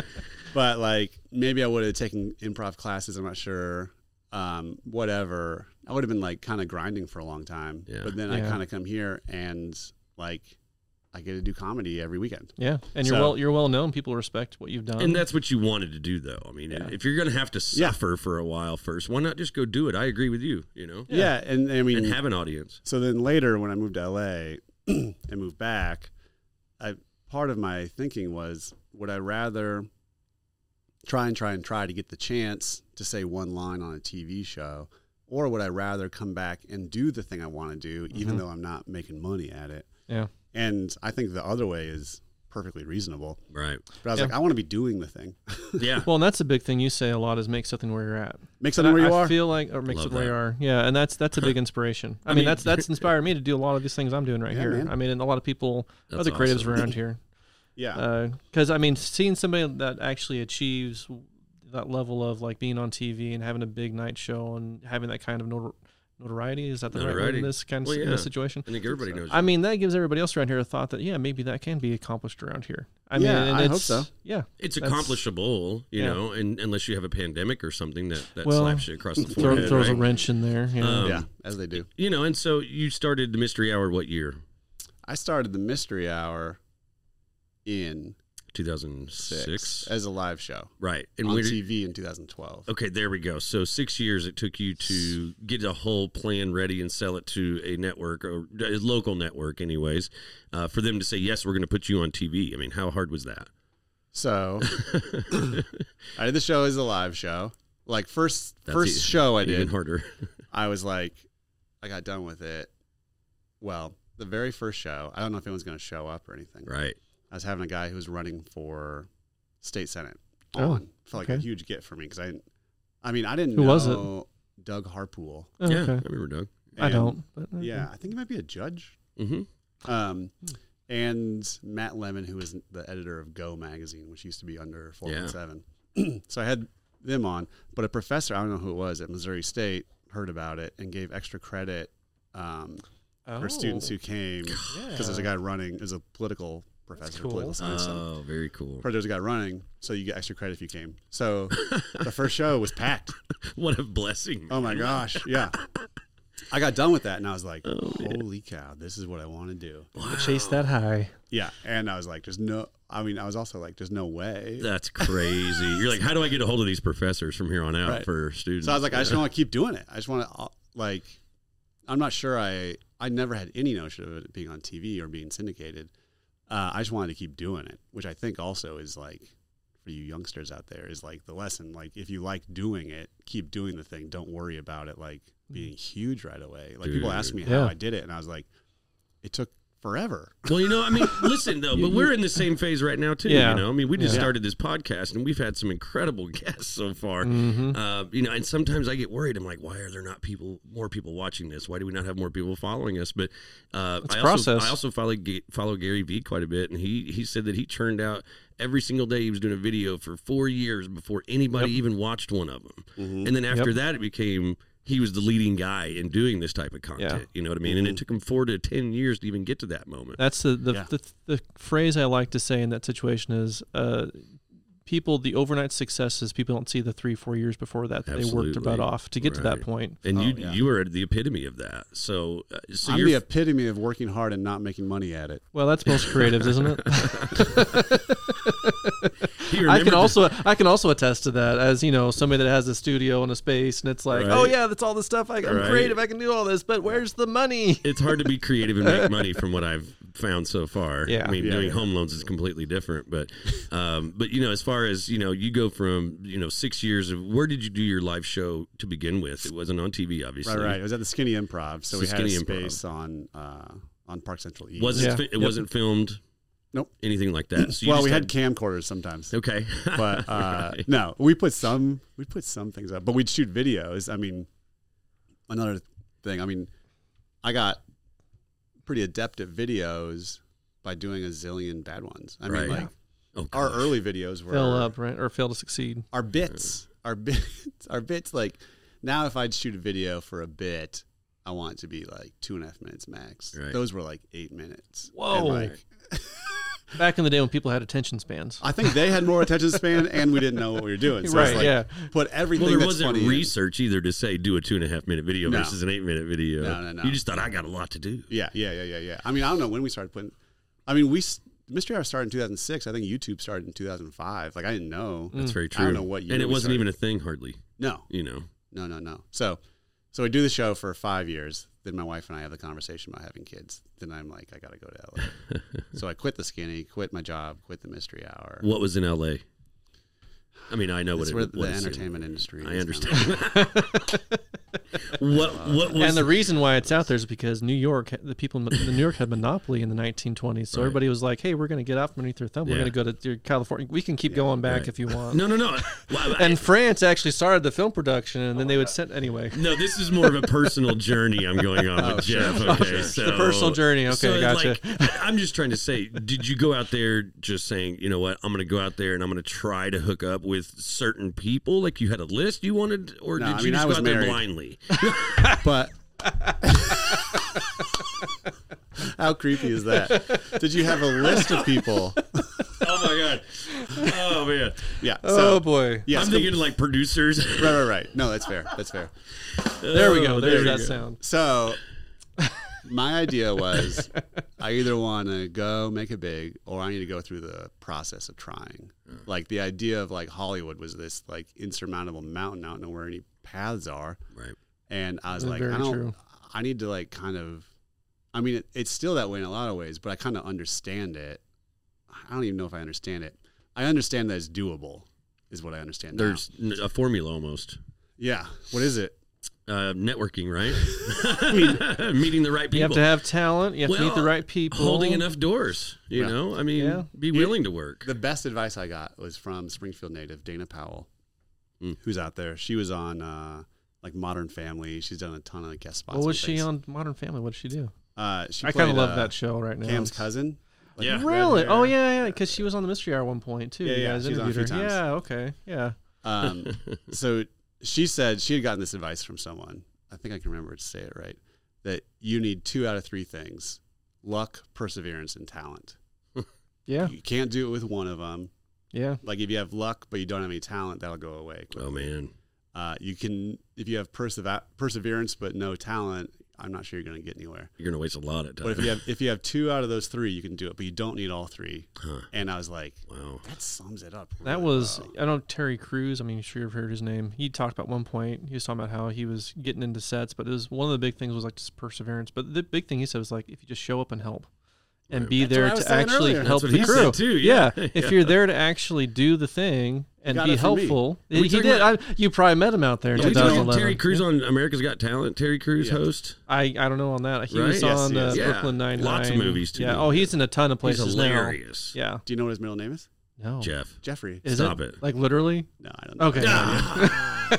S3: but like maybe I would have taken improv classes. I'm not sure. Um, whatever. I would have been like kind of grinding for a long time.
S2: Yeah.
S3: But then I
S1: Yeah.
S3: kind of come here and like I get to do comedy every weekend.
S1: Yeah, and you're
S3: So-
S1: well you're well known. People respect what you've done.
S2: and that's what you wanted to do though. I mean, if you're gonna have to
S3: Yeah.
S2: suffer for a while first, why not just go do it? I agree with you, you know?
S3: Yeah, and I mean
S2: And have an audience.
S3: So then later, when I moved to LA and moved back, I part of my thinking was, would I rather try and try and try to get the chance to say one line on a TV show, or would I rather come back and do the thing I want to do,
S1: Mm-hmm.
S3: even though I'm not making money at it?
S1: yeah,
S3: And I think the other way is perfectly reasonable.
S2: Right.
S3: But I was
S1: Yeah.
S3: like, I want to be doing the thing.
S2: Yeah.
S1: well, and that's a big thing you say a lot is make something where you're at.
S3: Make something where you
S1: I
S3: are.
S1: feel like or make
S2: Love
S1: something where
S2: that.
S1: you are. Yeah, and that's that's a big inspiration. I, mean,
S2: mean,
S1: that's that's inspired me to do a lot of these things I'm doing right
S3: Yeah,
S1: here.
S3: man.
S1: I mean, and a lot of people,
S2: That's
S1: other creatives
S2: awesome.
S1: around here,
S3: yeah.
S1: uh, because I mean, seeing somebody that actually achieves that level of like being on TV and having a big night show and having that kind of notor- notoriety is that the right word
S2: Notoriety.
S1: in this kind of
S2: Well,
S1: in this
S2: yeah.
S1: situation?
S2: I think everybody knows.
S1: I mean, that gives everybody else around here a thought that yeah, maybe that can be accomplished around here. I mean,
S3: Yeah,
S1: and
S3: I hope
S1: it's-
S3: so.
S1: Yeah,
S2: it's
S1: that's-
S2: accomplishable, you
S1: Yeah.
S2: know, and unless you have a pandemic or something that, that
S1: Well,
S2: slaps you across the
S1: Throw,
S2: forehead.
S1: throws a
S2: right?
S1: wrench in there. Yeah.
S2: Um,
S3: yeah, as they do.
S2: You know, and so you started the mystery hour what year?
S3: I started the mystery hour in
S2: 2006.
S3: six, as a live show.
S2: Right. And
S3: on
S2: where did-
S3: TV in 2012.
S2: Okay, there we go. So six years it took you to get a whole plan ready and sell it to a network or a local network, anyways, uh, for them to say yes, we're going to put you on TV. I mean, how hard was that?
S3: So Oh. I did the show as a live show. Like first
S2: That's
S3: first
S2: e-
S3: show I
S2: Even
S3: did,
S2: harder.
S3: I was like, I got done with it. Well, the very first show, I don't know if anyone's going to show up or anything.
S2: right.
S3: I was having a guy who was running for state senate
S1: Oh,
S3: on. Felt like a
S1: okay.
S3: huge get for me because I, didn't- I mean, I didn't
S1: Who
S3: know
S1: was it?
S3: Doug Harpool.
S1: Oh, okay.
S2: Yeah, I remember Doug.
S1: I
S3: And-
S1: don't. But uh, okay.
S3: Yeah, I think he might be a judge
S2: Mm-hmm.
S3: Um, and Matt Lemon, who is the editor of Go magazine, which used to be under 417. so I had them on, but a professor, I don't know who it was at Missouri State, heard about it and gave extra credit um, for students
S1: Oh.
S3: who came because there's a guy running, there's a political professor,
S1: cool.
S3: political science. so-
S2: Oh, very cool.
S3: Or there's a guy running, so you get extra credit if you came. So the first show was packed.
S2: What a blessing.
S3: Oh my gosh, yeah. I got done with that, and I was like, "Holy cow, this is what I want to do."
S1: chase that high.
S3: Yeah, and I was like, "There's no." I mean, I was also like, "There's no way."
S2: That's crazy. You're like, how do I get a hold of these professors from here on out
S3: Right.
S2: for students?
S3: So I was like, "I just want to keep doing it. I just want to like." I'm not sure. I I never had any notion of it being on TV or being syndicated. Uh, I just wanted to keep doing it, which I think also is like for you youngsters out there is like the lesson. Like, if you like doing it, keep doing the thing. Don't worry about it like
S2: Mm.
S3: being huge right away. Like people ask me how
S1: Yeah.
S3: I did it, and I was like, it took forever.
S2: Well, you know, I mean, listen though, but we're in the same phase right now too.
S1: Yeah.
S2: You know, I mean, we just
S1: Yeah.
S2: started this podcast and we've had some incredible guests so far.
S1: Mm-hmm.
S2: Uh, you know, and sometimes I get worried. I'm like, why are there not people, more people watching this? Why do we not have more people following us? But uh, I
S1: a
S2: also
S1: process.
S2: I also follow Ga- follow Gary Vee quite a bit, and he he said that he churned out every single day. He was doing a video for four years before anybody even watched one of them,
S1: Mm-hmm.
S2: and then after that, it became. He was the leading guy in doing this type of content. You know what I mean? And
S1: Mm-hmm.
S2: it took him four to ten years to even get to that moment.
S1: That's the the,
S3: Yeah.
S1: the the phrase I like to say in that situation is uh, people the overnight successes people don't see the three four years before that that they worked their butt
S2: Absolutely.
S1: off to get to that
S2: Right.
S1: point.
S2: and you
S3: Oh, yeah.
S2: you are the epitome of that. So uh, so
S3: I'm
S2: you're
S3: the epitome of working hard and not making money at it.
S1: Well, that's most creatives, isn't it?
S2: he
S1: I
S2: remembered
S1: can also I can also attest to that as you know somebody that has a studio and a space and it's like
S2: Right.
S1: oh yeah that's all the stuff I, I'm
S2: Right.
S1: creative I can do all this but where's the money?
S2: it's hard to be creative and make money from what I've found so far.
S1: Yeah.
S2: I mean,
S3: Yeah.
S2: doing home loans is completely different, but, um, but you know, as far as you know, you go from you know six years of where did you do your live show to begin with? It wasn't on TV, obviously.
S3: Right, right. It was at the Skinny Improv, so
S2: The
S3: we had a
S2: Skinny Improv.
S3: space on uh, on Park Central East.
S2: Wasn't
S1: Yeah.
S2: fi- it wasn't filmed?
S3: Nope.
S2: Anything like that. So you
S3: well,
S2: just
S3: we had camcorders sometimes,
S2: okay.
S3: but uh, no, we put some we put some things up, but we'd shoot videos. I mean, another thing. I mean, I got pretty adept at videos by doing a zillion bad ones. I
S2: Right.
S3: mean, like
S2: Oh,
S3: our
S2: gosh.
S3: early videos were
S1: Fail up right or fail to succeed.
S3: our bits, our bits, our bits. Like now, if I'd shoot a video for a bit, I want it to be like two and a half minutes max.
S2: Right.
S3: Those were like eight minutes.
S1: Whoa.
S3: And, like,
S1: Back in the day when people had attention spans.
S3: I think they had more attention span, and we didn't know what we were doing. So
S1: Right,
S3: It's like,
S1: yeah.
S3: Put everything
S2: Well, there
S3: that's
S2: wasn't
S3: funny. in.
S2: research either to say do a two and a half minute video
S3: No.
S2: versus an eight minute video.
S3: No, no, no.
S2: You just thought I got a lot to do.
S3: Yeah, yeah, yeah, yeah, yeah. I mean, I don't know when we started putting. I mean, we s- Mystery Hour started in 2006. I think YouTube started in 2005. Like I didn't know.
S2: That's very true.
S3: Hmm. I don't know what year
S2: and it
S3: we
S2: wasn't
S3: started.
S2: even a thing hardly.
S3: No,
S2: You know,
S3: no, no, no. So, so I do the show for five years. Then my wife and I have the conversation about having kids. Then I'm like, I gotta go to LA. so I quit the skinny, quit my job, quit the Mystery Hour.
S2: what was in L.A. I mean, I know
S3: That's
S2: what
S3: where
S2: it
S3: the
S2: was.
S3: entertainment industry.
S2: I
S3: is now.
S2: understand. what what was
S1: And the reason why it's out there is because New York, the people in in New York had monopoly in the 1920s. So everybody was like, "Hey, we're going to get out from underneath your thumb.
S2: Yeah.
S1: We're going to go to your California. We can keep going back
S2: Right.
S1: if you want."
S2: no no no Well, I-
S1: And France actually started the film production, and then they would send anyway.
S2: no, this is more of a personal journey I'm going on
S3: Oh,
S2: with Jeff. Okay, so
S1: The personal journey, okay,
S2: so,
S1: gotcha.
S2: Like, I'm just trying to say, did you go out there just saying, you know what, I'm going to go out there and I'm going to try to hook up with certain people? Like you had a list you wanted, or
S3: No,
S2: did
S3: I
S2: you
S3: mean,
S2: just
S3: I
S2: go
S3: was
S2: out there
S3: married.
S2: blindly?
S3: But how creepy is that? Did you have a list of people?
S2: oh my god, oh man,
S3: Yeah.
S1: oh
S3: So,
S1: boy!
S3: yes.
S2: I'm thinking like producers.
S3: right, right, right. No, that's fair. That's fair.
S1: there we go.
S2: Oh,
S1: There's
S2: there
S1: that
S2: you go.
S1: sound.
S3: So my idea was I either want to go make it big or I need to go through the process of trying. Like the idea of like Hollywood was this like insurmountable mountain. I don't know where any paths are.
S2: Right.
S3: And I was
S1: That's
S3: like,
S1: Mm, very
S3: I don't,
S1: true.
S3: I need to like kind of, I mean, it, it's still that way in a lot of ways, but I kind of understand it. I don't even know if I understand it. I understand that it's doable, is what I understand. now.
S2: There's a formula almost.
S3: yeah. What is it?
S2: Uh, networking, right? meeting the right people.
S1: You have to have talent. You have to meet the
S2: Well,
S1: right people.
S2: Holding enough doors, you
S3: Yeah.
S2: know. I mean,
S1: Yeah.
S2: be willing to work.
S3: The best advice I got was from Springfield native Dana Powell,
S2: Mm.
S3: who's out there. She was on uh, like Modern Family. She's done a ton of guest spots.
S1: What was
S3: and
S1: she
S3: things.
S1: on Modern Family? What did she do?
S3: Uh, she
S1: I kind
S3: played,
S1: of love
S3: uh,
S1: that show right now.
S3: Cam's cousin. Like,
S2: Yeah.
S3: red
S1: Really?
S3: hair.
S1: Oh yeah, yeah. Because she was on the Mystery Hour at one point too.
S3: Yeah,
S1: You
S3: yeah,
S1: guys
S3: she was on a
S1: interviewed
S3: few
S1: her.
S3: times.
S1: Yeah. Okay. Yeah.
S3: Um, so she said she had gotten this advice from someone. I think I can remember to say it right. That you need two out of three things: luck, perseverance, and talent.
S1: Yeah.
S3: You can't do it with one of them.
S1: Yeah.
S3: Like if you have luck but you don't have any talent, that'll go away. quickly.
S2: Oh man,
S3: Uh, you can if you have perseva- perseverance but no talent. I'm not sure you're going to get anywhere.
S2: you're gonna waste a lot of time.
S3: But if you have if you have two out of those three, you can do it. But you don't need all three.
S2: Huh.
S3: And I was like,
S2: wow.
S3: that sums it up.
S1: That
S3: really
S1: was
S3: well.
S1: I know Terry Crews. I mean, you sure you've heard his name. He talked about one point. He was talking about how he was getting into sets, but it was one of the big things was like just perseverance. But the big thing he said was like, if you just show up and help, and be
S3: what
S1: there
S3: I was
S1: to
S3: saying
S1: actually
S3: earlier. That's
S1: help
S2: what
S1: the
S2: he
S1: crew.
S2: said too, yeah.
S1: if you're there to actually do the thing and
S3: got
S1: be
S3: it from me.
S1: helpful,
S2: Are
S1: he
S2: we talking
S1: did. I, you probably met him out there in
S2: Did we talk about
S1: 2011.
S2: Terry Crews on America's Got Talent. Terry Crews
S3: Yeah.
S2: host.
S1: I, I don't know on that. He was
S2: Right? Yes,
S1: on
S3: yes.
S1: uh,
S2: Yeah.
S1: Brooklyn Nine Nine.
S2: Lots of movies, too.
S1: Yeah. Oh, he's in a ton of places
S2: He's hilarious.
S1: now. Yeah. Oh.
S3: Do you know what his middle name is?
S1: No.
S2: Jeff.
S3: Jeffrey.
S1: Is
S2: Stop it.
S1: Like literally.
S3: no, I don't know.
S1: Okay.
S2: Ah!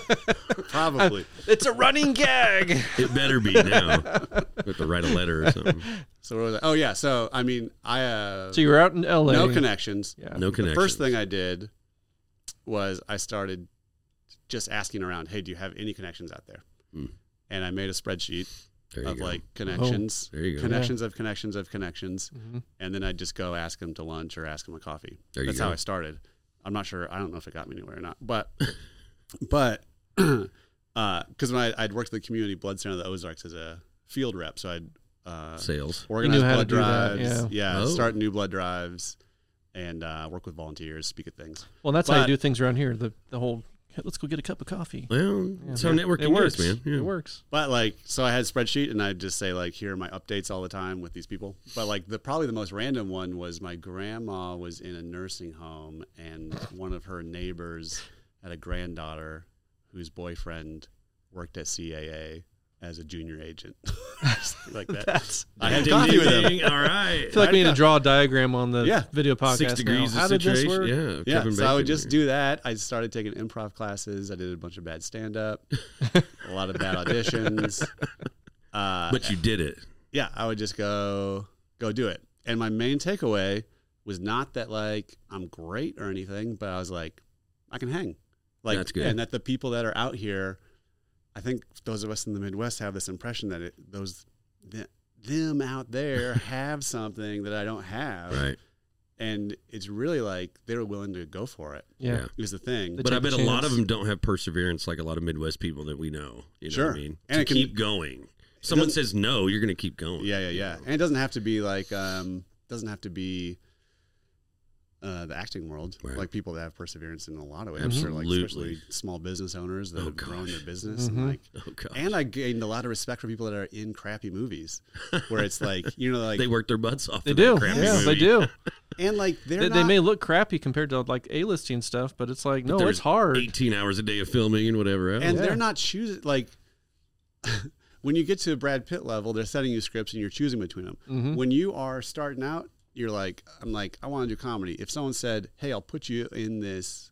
S3: Probably.
S1: It's a running gag.
S2: It better be now. We have to write a letter or something.
S3: so what was I? Oh yeah. So I mean, I uh,
S1: So you were out in L.A.
S3: no connections.
S1: Yeah.
S2: No connection.
S3: The first thing I did was I started just asking around, hey, do you have any connections out there?
S2: Hmm.
S3: And I made a spreadsheet
S2: There you
S3: of
S2: go.
S3: like connections,
S2: There you go.
S3: connections of connections of connections,
S1: Mhm.
S3: and then I'd just go ask them to lunch or ask them a coffee.
S2: There you
S3: That's
S2: go.
S3: how I started. I'm not sure. I don't know if it got me anywhere or not, but but because when I, I'd worked at the community blood center of the Ozarks as a field rep, so I'd uh,
S2: Sales.
S3: organize
S1: how to
S3: blood
S1: do that,
S3: drives, yeah,
S2: Oh.
S3: start new blood drives, and uh, work with volunteers, speak at things.
S1: Well, that's how you
S3: But-
S1: do things around here. The the whole "Hey, let's go get a cup of coffee.
S2: Well, that's how
S1: Yeah.
S2: networking
S1: it works,
S2: is, man. Yeah.
S1: It works.
S3: But like, so I had a spreadsheet, and I'd just say like, here are my updates all the time with these people. But like, the probably the most random one was my grandma was in a nursing home, and one of her neighbors had a granddaughter whose boyfriend worked at CAA as a junior agent, Just like that.
S1: That's.
S3: I had
S2: Ding,
S3: coffee
S2: ding,
S3: with him.
S2: ding. All right.
S1: I feel like we need to
S3: know.
S1: draw a diagram on the
S3: Yeah.
S1: video podcast.
S2: Six degrees
S1: now.
S2: of
S1: How did this
S2: situation.
S1: work?
S2: Yeah.
S3: Yeah,
S2: Kevin
S3: so I would
S2: Bacon
S3: just
S2: here.
S3: do that. I started taking improv classes. I did a bunch of bad stand up, a lot of bad auditions. Uh,
S2: But you did it.
S3: yeah, I would just go go do it. And my main takeaway was not that like I'm great or anything, but I was like, I can hang. Like
S2: That's good.
S3: and that the people that are out here, I think those of us in the Midwest have this impression that it, those th- them out there have something that I don't have,
S2: Right.
S3: and it's really like they're willing to go for it.
S1: Yeah.
S2: Yeah.
S3: Is the thing.
S1: They
S2: But I
S1: take a
S2: bet a lot
S1: chance.
S2: of them don't have perseverance like a lot of Midwest people that we know. You know
S3: Sure.
S2: what I mean?
S3: And
S2: to
S3: it can-
S2: keep going. Someone
S3: doesn't-
S2: says no, you're going to keep going.
S3: Yeah, yeah, yeah. And it doesn't have to be like um doesn't have to be uh, the acting world,
S2: Right.
S3: like people that have perseverance in a lot of ways, or like
S2: Absolutely.
S3: especially small business owners that
S2: Oh,
S3: have grown their
S2: gosh.
S1: Mhm.
S3: business. And like,
S2: Oh, God.
S3: and I gained a lot of respect for people that are in crappy movies, where it's like you know, like
S2: they work their butts off.
S1: They
S2: in that
S1: do.
S2: crappy
S1: Yeah, they
S2: movie.
S1: do.
S3: and like they're
S1: They,
S3: not,
S1: they may look crappy compared to like A-listing stuff, but it's like, no,
S2: There's
S1: it's hard.
S2: 18 hours a day of filming and whatever else.
S3: and
S1: Oh, Yeah.
S3: they're not choosing like when you get to Brad Pitt level, they're setting you scripts and you're choosing between them.
S1: Mm-hmm.
S3: When you are starting out, you're like, I'm like, I want to do comedy. If someone said, Hey, I'll put you in this,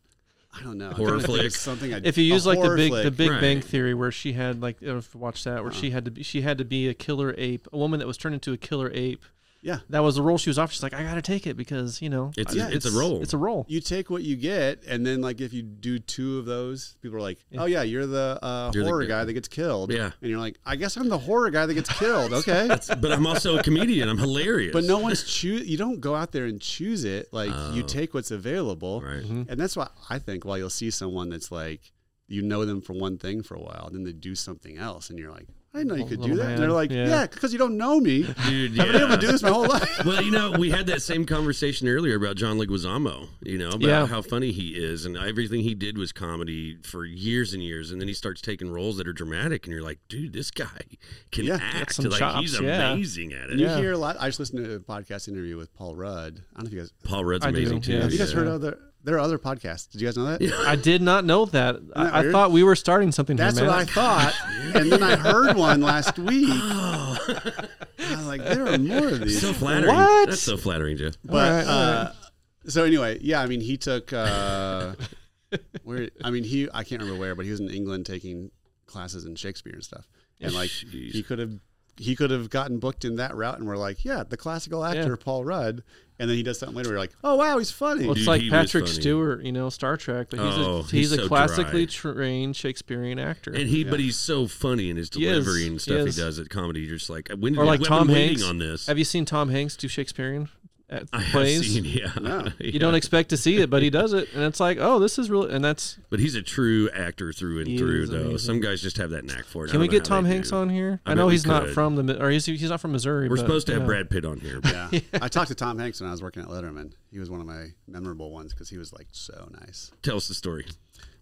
S3: I don't know, I'm
S2: Horror
S3: trying to think of
S2: flick.
S3: something. I,
S1: if you
S3: a
S1: use like the
S3: horror
S1: big the
S3: flick.
S1: Big
S2: Right.
S1: Bang Theory, where she had like if you watch that, where she had to be she had to be a killer ape, a woman that was turned into a killer ape.
S3: yeah,
S1: That was the role she was off. She's like, I gotta take it because you know
S2: It's,
S3: Yeah,
S2: a, it's, a role.
S1: It's a role.
S3: you take what you get, and then like if you do two of those, people are like, Oh yeah, you're the uh,
S2: You're the
S3: horror
S2: guy-
S3: guy that gets killed.
S2: Yeah.
S3: and you're like, I guess I'm the horror guy that gets killed. Okay.
S2: but I'm also a comedian. I'm hilarious.
S3: But no one's choose. You don't go out there and choose it. Like
S1: Oh.
S3: you take what's available,
S2: Right.
S1: Mm-hmm.
S3: and that's why I think while you'll see someone that's like you know them for one thing for a while, then they do something else, and you're like, I didn't know you could
S1: Oh,
S3: do
S1: Little
S3: that.
S1: man.
S3: And they're like,
S1: Yeah.
S3: Yeah, because you don't know me.
S2: Dude,
S3: I've been able
S2: yeah.
S3: to do this my whole life.
S2: well, you know, we had that same conversation earlier about John Leguizamo, you know, about
S1: Yeah.
S2: how funny he is and everything he did was comedy for years and years. And then he starts taking roles that are dramatic and you're like, dude, this guy can
S3: Yeah,
S2: act.
S1: some
S2: Like
S1: chops,
S2: he's
S1: yeah.
S2: amazing at it.
S1: Yeah.
S3: You hear a lot. I just listened to a podcast interview with Paul Rudd. I don't know if you guys
S2: Paul Rudd's
S1: I do,
S2: amazing too.
S1: yeah.
S3: have you guys
S1: Yeah.
S3: heard other. There are other podcasts. Did you guys know that?
S1: I did not know that.
S3: that
S1: I, I
S3: weird?
S1: thought we were starting something.
S3: That's
S1: here,
S3: what
S1: man.
S3: I thought, and then I heard one last week. I was like, there are more of these.
S2: So flattering.
S1: What?
S2: That's so flattering, Jeff.
S3: But
S1: Alright,
S3: uh, so anyway, yeah, I mean, he took uh, where I mean, he I can't remember where, but he was in England taking classes in Shakespeare and stuff, and like
S2: Jeez.
S3: he could have he could have gotten booked in that route, and we're like, yeah, the classical actor
S1: Yeah.
S3: Paul Rudd, and then he does something later. We're like, oh wow, he's funny.
S1: Well, it's
S2: Dude,
S1: like
S2: he was
S1: Patrick
S2: funny.
S1: Stewart, you know, Star Trek, but he's a
S2: Oh, he's
S1: he's,
S2: so
S1: a classically trained Shakespearean actor.
S2: And he, but he's so funny in his
S1: He is,
S2: delivery and
S1: he
S2: stuff he,
S1: is.
S2: does at comedy. You're just like, when did
S1: or
S2: we-
S1: like
S2: I've been
S1: Tom
S2: waiting
S1: Hanks.
S2: on this?
S1: Have you seen Tom Hanks do Shakespearean at
S2: I have
S1: plays?
S2: seen, yeah.
S3: No.
S1: You don't expect to see it, but he does it, and it's like, oh, this is really. And that's
S2: But he's a true actor through and
S1: He
S2: through,
S1: is
S2: though.
S1: amazing.
S2: Some guys just have that knack for it. I
S1: can we
S2: don't know
S1: get
S2: how
S1: Tom
S2: they
S1: Hanks
S2: do.
S1: on here?
S2: I
S1: I,
S2: bet
S1: know
S2: we
S1: he's not
S2: could.
S1: from the, Mi- or he's he's not from Missouri.
S2: We're
S1: but,
S2: supposed to
S1: you
S2: have
S1: know.
S2: Brad Pitt on here. but-
S3: yeah. I talked to Tom Hanks when I was working at Letterman. He was one of my memorable ones because he was like so nice.
S2: Tell us the story.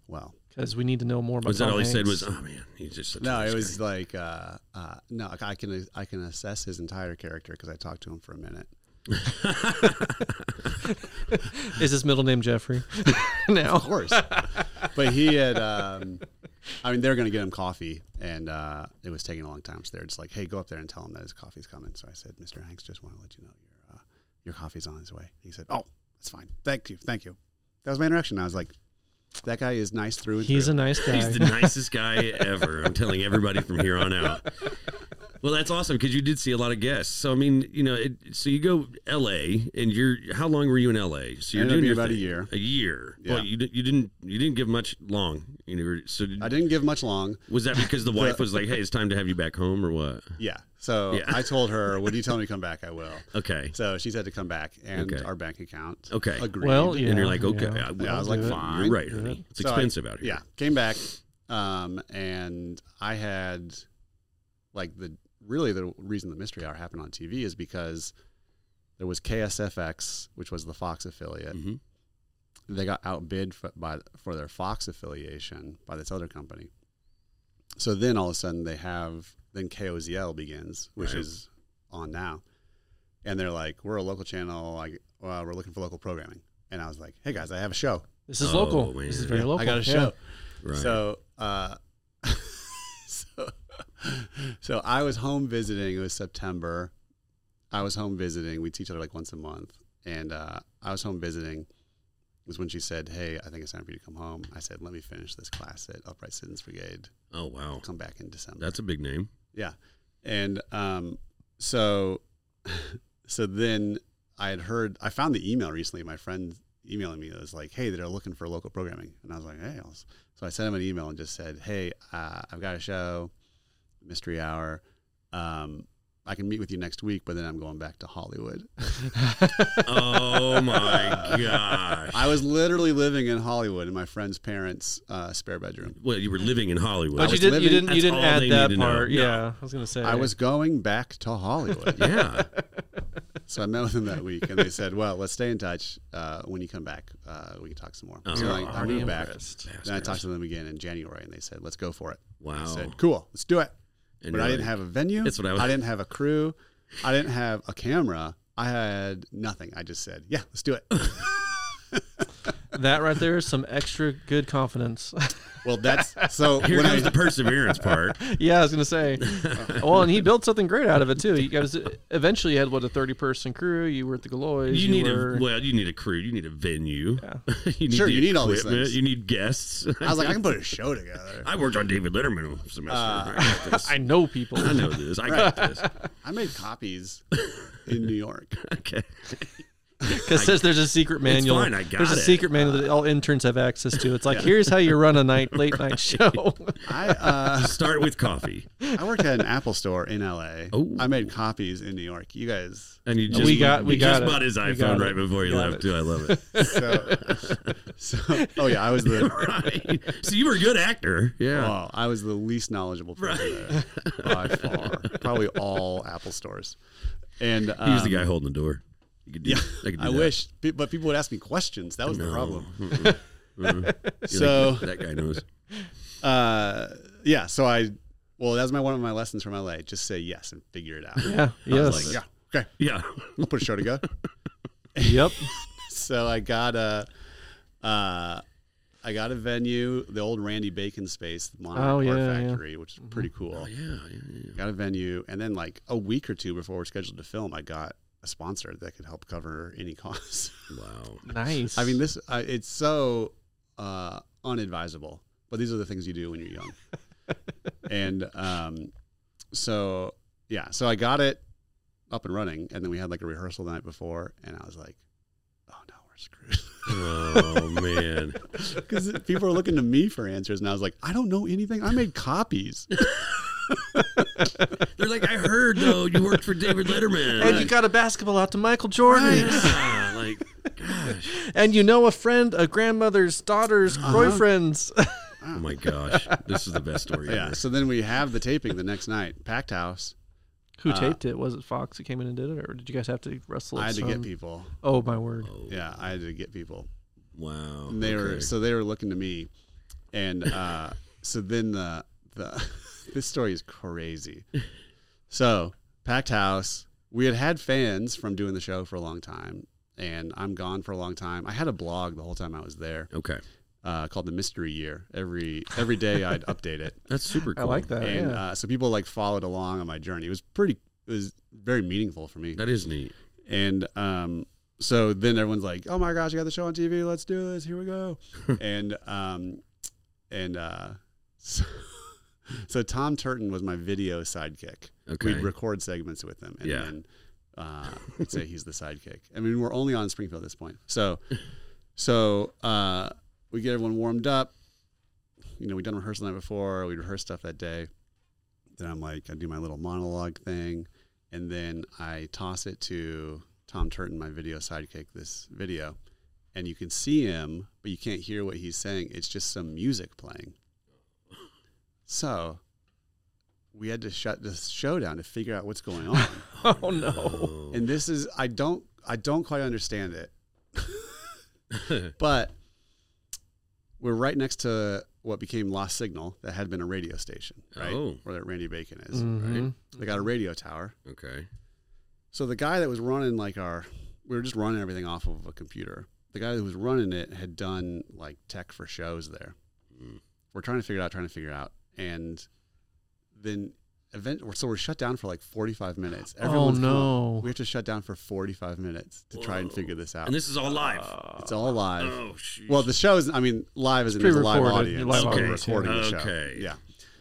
S3: Well,
S1: because we need to know more about.
S2: Was that
S1: Tom
S2: all he said?
S1: Hanks.
S2: Was oh man, he's just such a
S3: no,
S2: nice
S3: it
S2: guy."
S3: was like uh, uh, no, I can I can assess his entire character because I talked to him for a minute.
S1: is his middle name Jeffrey? now,
S3: Of course. but he had, um, I mean, they were going to get him coffee, and uh, it was taking a long time. So they're just like, hey, go up there and tell him that his coffee's coming. So I said, Mr. Hanks, just want to let you know your, uh, your coffee's on his way. He said, oh, that's fine. Thank you. Thank you. That was my interaction. I was like, that guy is nice through and
S1: he's a
S3: through.
S1: nice guy.
S2: He's the nicest guy ever. I'm telling everybody from here on out. Well, that's awesome because you did see a lot of guests. So I mean, you know, it, so you go L.A. and you're how long were you in L.A.? So you're
S3: Ended
S2: doing
S3: up being
S2: your
S3: about a
S2: thing.
S3: year.
S2: A year.
S3: Yeah.
S2: Well, you, di- you didn't you didn't give much long. You know, so did-
S3: I didn't give much long.
S2: was that because the wife was like, "Hey, it's time to have you back home," or what?
S3: Yeah. So
S2: Yeah.
S3: I told her, when you tell me to come back, I will.
S2: Okay.
S3: So she said to come back, and
S2: Okay.
S3: our bank account
S2: Okay.
S3: agreed.
S1: well, yeah,
S2: and you're like, okay,
S1: yeah.
S2: will
S3: Yeah, I was
S2: do
S3: like,
S2: it.
S3: fine.
S2: You're right, honey. It's
S3: So I-
S2: expensive out here.
S3: Yeah, came back, um, and I had like the really the reason the mystery hour happened on TV is because there was KSFX, which was the Fox affiliate.
S2: Mhm.
S3: They got outbid for, by for their Fox affiliation by this other company. So then all of a sudden they have then KOZL begins, which
S2: Right.
S3: is on now, and they're like, we're a local channel, like uh, we're looking for local programming. And I was like, hey guys, I have a show.
S1: This is
S2: Oh,
S1: local.
S2: man.
S1: This is very local.
S3: I got a
S1: yeah.
S3: show.
S2: Right.
S3: So, uh, so, so I was home visiting. It was September. I was home visiting. We see each other like once a month, and uh, I was home visiting. Was when she said, "Hey, I think it's time for you to come home." I said, "Let me finish this class at Upright Citizens Brigade.
S2: oh wow,
S3: I'll come back in December."
S2: that's a big name.
S3: Yeah. And um, so so then I had heard I found the email recently, my friend emailing me that was like, Hey, they're looking for local programming. And I was like, Hey, I'll s-" so I sent him an email and just said, Hey, uh, I've got a show, mystery hour. Um, I can meet with you next week, but then I'm going back to Hollywood.
S2: Oh my gosh.
S3: I was literally living in Hollywood in my friend's parents' uh, spare bedroom.
S2: Well, you were living in Hollywood.
S1: But
S3: I
S1: you
S3: was
S1: didn't.
S3: living-
S1: you didn't.
S2: that's
S1: You didn't
S2: all they
S1: add that
S2: need to know.
S1: part.
S2: No.
S1: Yeah, I was gonna say.
S3: I was going back to Hollywood.
S2: yeah.
S3: So I met with them that week, and they said, "Well, let's stay in touch. Uh, when you come back, uh, we can talk some more." so
S2: Oh,
S3: I, I
S2: already
S3: moved back.
S1: impressed.
S3: Then I talked to them again in January, and they said, "Let's go for it."
S2: Wow.
S3: I said, "Cool, let's do it."
S2: And
S3: but
S2: you're
S3: I didn't
S2: like-
S3: have a venue.
S2: That's what I was-
S3: didn't have a crew. I didn't have a camera. I had nothing. I just said, "Yeah, let's do it."
S1: that right there is some extra good confidence.
S3: well, that's so.
S2: Here
S3: when I,
S2: comes the perseverance part.
S1: yeah, I was gonna say. well, and he built something great out of it too. You guys eventually you had what a thirty-person crew. You were at the Galois.
S2: You need
S1: were,
S2: a well, you need a crew, you need a venue. you need
S3: Sure,
S2: the
S3: you need all these
S2: equipment,
S3: things.
S2: You need guests.
S3: I was like, "I can put a show together."
S2: I worked on David Letterman a semester.
S3: Uh,
S2: I, got this.
S1: I know people.
S2: I know this. I got this.
S3: I made copies in New York.
S2: Okay.
S1: Because says there's a secret manual.
S2: fine, I got
S1: there's a
S2: it. Uh,
S1: secret manual that all interns have access to. It's like here's how you run a night late night show.
S3: I uh,
S2: Start with coffee.
S3: I worked at an Apple store in L.A.
S2: Oh.
S3: I made copies in New York. You guys.
S2: And you just
S1: We got- we
S2: you
S1: got
S2: just
S1: it.
S2: bought his
S1: We got
S2: iPhone
S1: it.
S2: right before he
S1: We got
S2: left
S1: it.
S2: too. I love it.
S3: so, so oh yeah, I was the
S2: right. So you were a good actor. Yeah.
S3: oh, I was the least knowledgeable person there by far. Probably all Apple stores. And um,
S2: he was the guy holding the door. You could do,
S3: Yeah,
S2: I, could do
S3: I
S2: that.
S3: wish, pe- but people would ask me questions. That was the
S2: No.
S3: problem.
S2: Mm-mm. Mm-mm. You're like,
S3: So-
S2: that guy knows.
S3: Uh, yeah, so I well, that was my one of my lessons from LA. Just say yes and figure it out.
S1: yeah. Yes.
S2: like,
S3: Yeah, okay,
S2: Yeah.
S3: I'll put a show together.
S1: Yep.
S3: so I got a, uh, I got a venue, the old Randy Bacon space, the Monterey
S1: Oh,
S3: Art
S1: yeah, yeah.
S3: Factory, which is pretty cool.
S2: Oh, yeah, yeah, yeah.
S3: got a venue, and then like a week or two before we're scheduled to film, I got a sponsor that could help cover any costs.
S2: Wow.
S1: Nice.
S3: I mean, this I, it's so uh, unadvisable, but these are the things you do when you're young. and um, so yeah, so I got it up and running, and then we had like a rehearsal the night before, and I was like, oh no, we're screwed.
S2: Oh man.
S3: Because people are looking to me for answers, and I was like, I don't know anything. I made copies.
S2: They're like, I heard though you worked for David Letterman.
S1: And you got a basketball out to Michael Jordan.
S2: Yeah, like, gosh.
S1: And you know a friend, a grandmother's daughter's
S3: Uh-huh.
S1: boyfriend's.
S2: Oh my gosh. This is the best story
S3: yeah.
S2: ever.
S3: So then we have the taping the next night, packed house.
S1: Who taped it? Was it Fox that came in and did it, or did you guys have to wrestle?
S3: I had to get
S1: some-
S3: people.
S1: Oh my word!
S3: Yeah, I had to get people.
S2: Wow.
S3: And they were
S2: okay.
S3: so they were looking to me, and uh, so then the the this story is crazy. So packed house. We had had fans from doing the show for a long time, and I'm gone for a long time. I had a blog the whole time I was there
S2: Okay.
S3: uh, called the Mystery Year. Every every day I'd update it,
S2: That's super
S1: I
S2: cool.
S1: like that.
S3: and
S1: Oh, yeah.
S3: uh, so people like followed along on my journey. It was pretty. It was very meaningful for me.
S2: That is neat.
S3: And um, so then everyone's like, "Oh my gosh, you got the show on TV! Let's do this! Here we go!" and um, and uh, so, so Tom Turton was my video sidekick.
S2: Okay.
S3: We'd record segments with him, and
S2: Yeah.
S3: then uh, I'd say he's the sidekick. I mean, we're only on Springfield at this point, so so uh, we get everyone warmed up. You know, we done rehearsal the night before. We rehearsed stuff that day. Then I'm like, I do my little monologue thing, and then I toss it to Tom Turton, my video sidekick, this video, and you can see him, but you can't hear what he's saying. It's just some music playing. So we had to shut this show down to figure out what's going on.
S1: oh no!
S3: and this is I don't I don't quite understand it. but we're right next to what became Lost Signal that had been a radio station, right?
S2: Oh.
S3: Where that Randy Bacon is.
S1: Mhm.
S3: They got a radio tower.
S2: Okay.
S3: So the guy that was running like our, we were just running everything off of a computer. The guy that was running it had done like tech for shows there. We're trying to figure it out, trying to figure it out, and then event. So we're shut down for like forty five minutes.
S1: oh
S3: come up-
S1: no!
S3: We have to shut down for forty five minutes to try and
S2: Whoa.
S3: figure this out.
S2: And this is all live.
S3: it's all live.
S2: oh shoot.
S3: well, the show is. I mean, live is a live
S1: pre-recorded,
S3: audience.
S1: live
S3: so
S2: audience,
S3: We're recording
S2: yeah.
S3: the show.
S2: Okay.
S3: Yeah.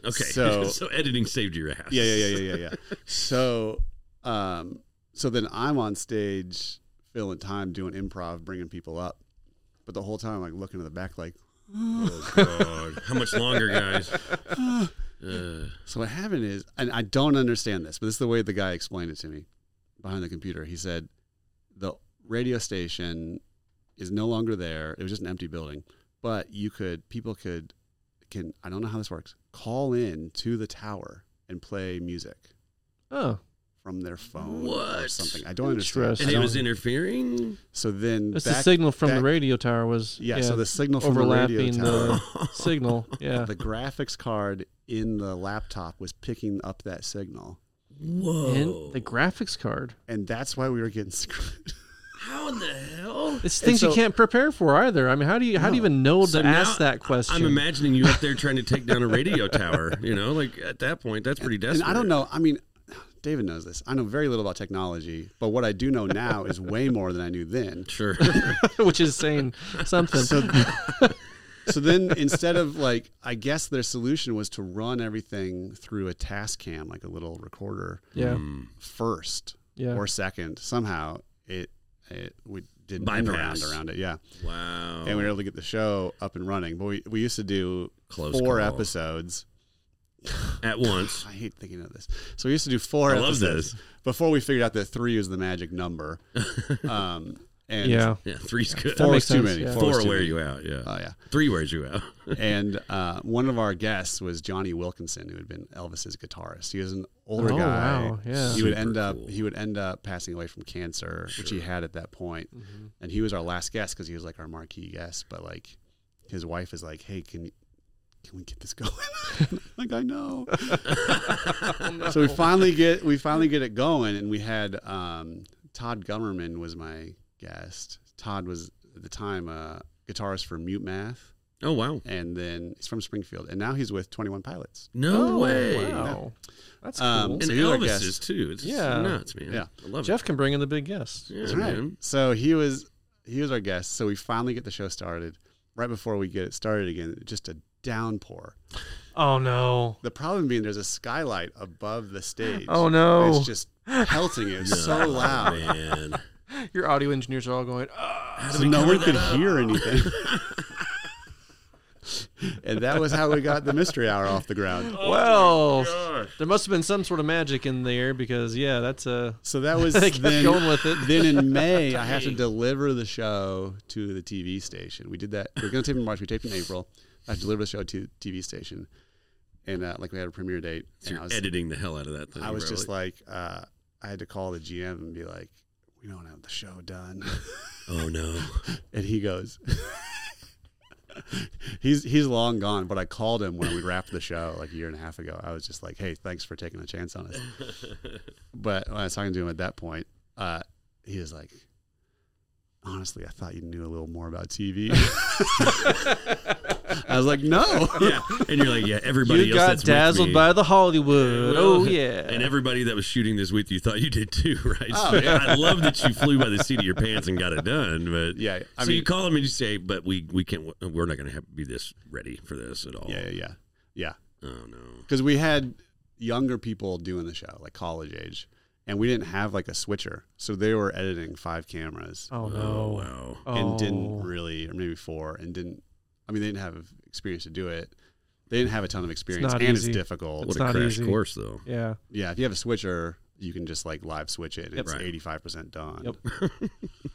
S2: okay. So,
S3: so-
S2: editing saved your ass.
S3: yeah, yeah, yeah, yeah, yeah, yeah. So, um, so then I'm on stage filling time, doing improv, bringing people up, but the whole time I'm like looking to the back, like.
S2: Oh god. How much longer, guys? Uh,
S3: So what happened is, and I don't understand this, but this is the way the guy explained it to me behind the computer. He said the radio station is no longer there; it was just an empty building. But you could, people could, can I don't know how this works. Call in to the tower and play music
S1: Oh,
S3: from their phone or
S2: What?
S3: something. I don't understand.
S1: Interesting.
S2: and
S3: I
S2: it
S3: don't-
S2: was interfering.
S3: So then
S1: that's the
S3: back,
S1: signal from the
S3: back-
S1: radio tower was
S3: yeah, So the signal from the radio
S1: overlapping
S3: tower,
S1: the signal. Yeah.
S3: the graphics card in the laptop was picking up that signal,
S2: Whoa.
S3: oh.
S1: And the graphics card.
S3: and that's why we were getting screwed.
S2: How in the hell?
S1: It's things you
S3: so-
S1: can't prepare for either. I mean, how do you how do you even know
S2: So
S1: to
S2: now
S1: ask that question?
S2: I'm imagining you up there trying to take down a radio tower. You know, like at that point, that's pretty desperate.
S3: And I don't know. I mean, David knows this. I know very little about technology, but what I do know now is way more than I knew then.
S2: Sure.
S1: which is saying something.
S3: So then, instead of like, I guess their solution was to run everything through a task cam, like a little recorder,
S1: yeah,
S2: Hmm.
S3: first
S1: yeah.
S3: or second. Somehow it it we did an end around
S2: Bypass. Oh.
S3: around it, yeah.
S2: Wow.
S3: And we were able to get the show up and running. But we we used to do
S2: Close
S3: four
S2: call.
S3: episodes.
S2: at once.
S3: I hate thinking of this. So we used to do four
S2: I love
S3: episodes
S2: this.
S3: before we figured out that three was the magic number. Um, and
S1: yeah.
S2: Yeah, three's good.
S1: That
S3: four
S1: makes
S3: was too
S1: sense,
S3: many.
S1: yeah.
S3: Four,
S2: Four
S3: was too
S2: wear
S3: many.
S2: you out. Yeah.
S3: Oh yeah.
S2: Three wears you out.
S3: And uh, one of our guests was Johnny Wilkinson, who had been Elvis's guitarist. He was an older
S1: Oh,
S3: guy.
S1: wow, yeah.
S3: He would
S2: Super
S3: end up
S2: cool.
S3: he would end up passing away from cancer, which he had at that point.
S1: Mm-hmm.
S3: And he was our last guest because he was like our marquee guest. But like his wife is like, hey, can can we get this going? like I know.
S1: Oh,
S3: So we finally get we finally get it going, and we had um, Todd Gummerman was my guest. Todd was at the time a guitarist for Mute Math
S2: Oh wow.
S3: and then he's from Springfield, and now he's with Twenty One Pilots.
S2: No way.
S1: Oh, Wow. That's cool.
S3: Um,
S2: And
S3: So he was our
S2: Elvis
S3: guest.
S2: is too. It's
S1: Yeah.
S2: nuts, man.
S3: Yeah.
S2: I love
S1: Jeff can bring in the big guests.
S2: it. Yeah,
S3: That's right.
S2: man.
S3: So he was he was our guest. So we finally get the show started. Right before we get it started again, just a downpour.
S1: Oh no.
S3: The problem being there's a skylight above the stage.
S1: Oh no.
S3: It's just pelting it so loud.
S2: man.
S1: Your audio engineers are all going. "Ah."
S3: So no one could hear anything. and that was how we got the mystery hour off the ground.
S2: Oh,
S1: well, oh there must have been some sort of magic in there because yeah, that's a.
S3: So that was
S1: They kept
S3: then,
S1: going with it.
S3: then in May, I had to deliver the show to the TV station. We did that. We were going to tape in March. We taped in April. I delivered the show to the TV station, and uh, like we had a premiere date.
S2: So
S3: and
S2: you're
S3: I was,
S2: editing the hell out of that thing.
S3: I was just
S2: probably.
S3: like, uh, I had to call the GM and be like, "We don't have the show done,"
S2: oh no.
S3: and he goes. He's he's long gone, but I called him when we wrapped the show like a year and a half ago. I was just like, "Hey, thanks for taking a chance on us." But when I was talking to him at that point, uh, he was like, "Honestly, I thought you knew a little more about TV." I was like, "No."
S2: yeah, and you're like, yeah, everybody
S1: You
S2: else
S1: got
S2: that's with
S1: dazzled
S2: me-
S1: by the Hollywood.
S2: Well,
S1: oh yeah.
S2: and everybody that was shooting this with you thought you did too, right?
S3: Oh,
S2: so
S3: yeah.
S2: I love that you flew by the seat of your pants and got it done. But
S3: Yeah, I
S2: so you
S3: mean,
S2: call them and you say, "But we we can't. We're not going to have be this ready for this at all."
S3: yeah, yeah, yeah, yeah.
S2: Oh no.
S3: Because we had younger people doing the show, like college age, and we didn't have like a switcher, so they were editing five cameras
S1: oh no.
S2: Oh wow.
S3: and
S1: Oh.
S3: didn't really, or maybe four, and didn't. I mean, they didn't have experience to do it. They didn't have a ton of experience,
S1: not
S3: and
S1: easy.
S3: it's difficult.
S1: It's
S2: what a
S1: not
S2: crash
S1: easy.
S2: course, though.
S1: Yeah.
S3: Yeah, if you have a switcher, you can just like live switch it. and
S1: Yep.
S3: It's
S2: Right.
S3: eighty five percent done.
S1: Yep.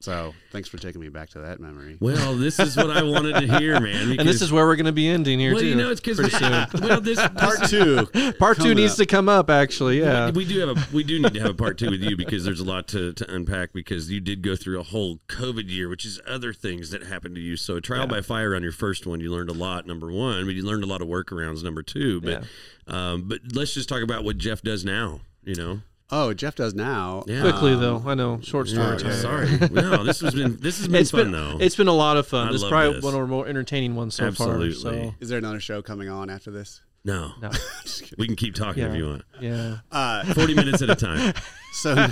S3: so thanks for taking me back to that memory.
S2: Well, this is what I wanted to hear, man.
S1: And this
S2: because-
S1: is where we're going to be ending here
S2: well,
S1: too.
S2: you know, it's because
S1: pretty soon.
S2: well, this
S3: Part two.
S1: Part two
S3: coming
S1: needs
S3: up.
S1: to come up actually. Yeah.
S2: We, we do have a we do need to have a part two with you because there's a lot to, to unpack because you did go through a whole COVID year, which is other things that happened to you. So a trial by fire on your first one, you learned a lot. Number one, but you learned a lot of workarounds. Number two, but um, but let's just talk about what Jeff does now. You know,
S3: Oh, Jeff does now. Um,
S2: Yeah.
S1: Quickly though, I know short
S2: Um, Yeah,
S1: story
S3: Sorry,
S1: time.
S2: sorry. No, this has been this has been
S1: It's
S2: fun
S1: been
S2: though.
S1: it's been a lot of fun.
S2: I
S1: this is
S2: love
S1: probably
S2: this.
S1: one of our more entertaining ones so
S2: Absolutely.
S1: far. So
S3: Is there another show coming on after this?
S2: no,
S1: no,
S3: Just kidding.
S2: we can keep talking
S1: Yeah.
S2: if you want.
S1: yeah.
S3: Uh,
S2: Forty minutes at a time.
S3: so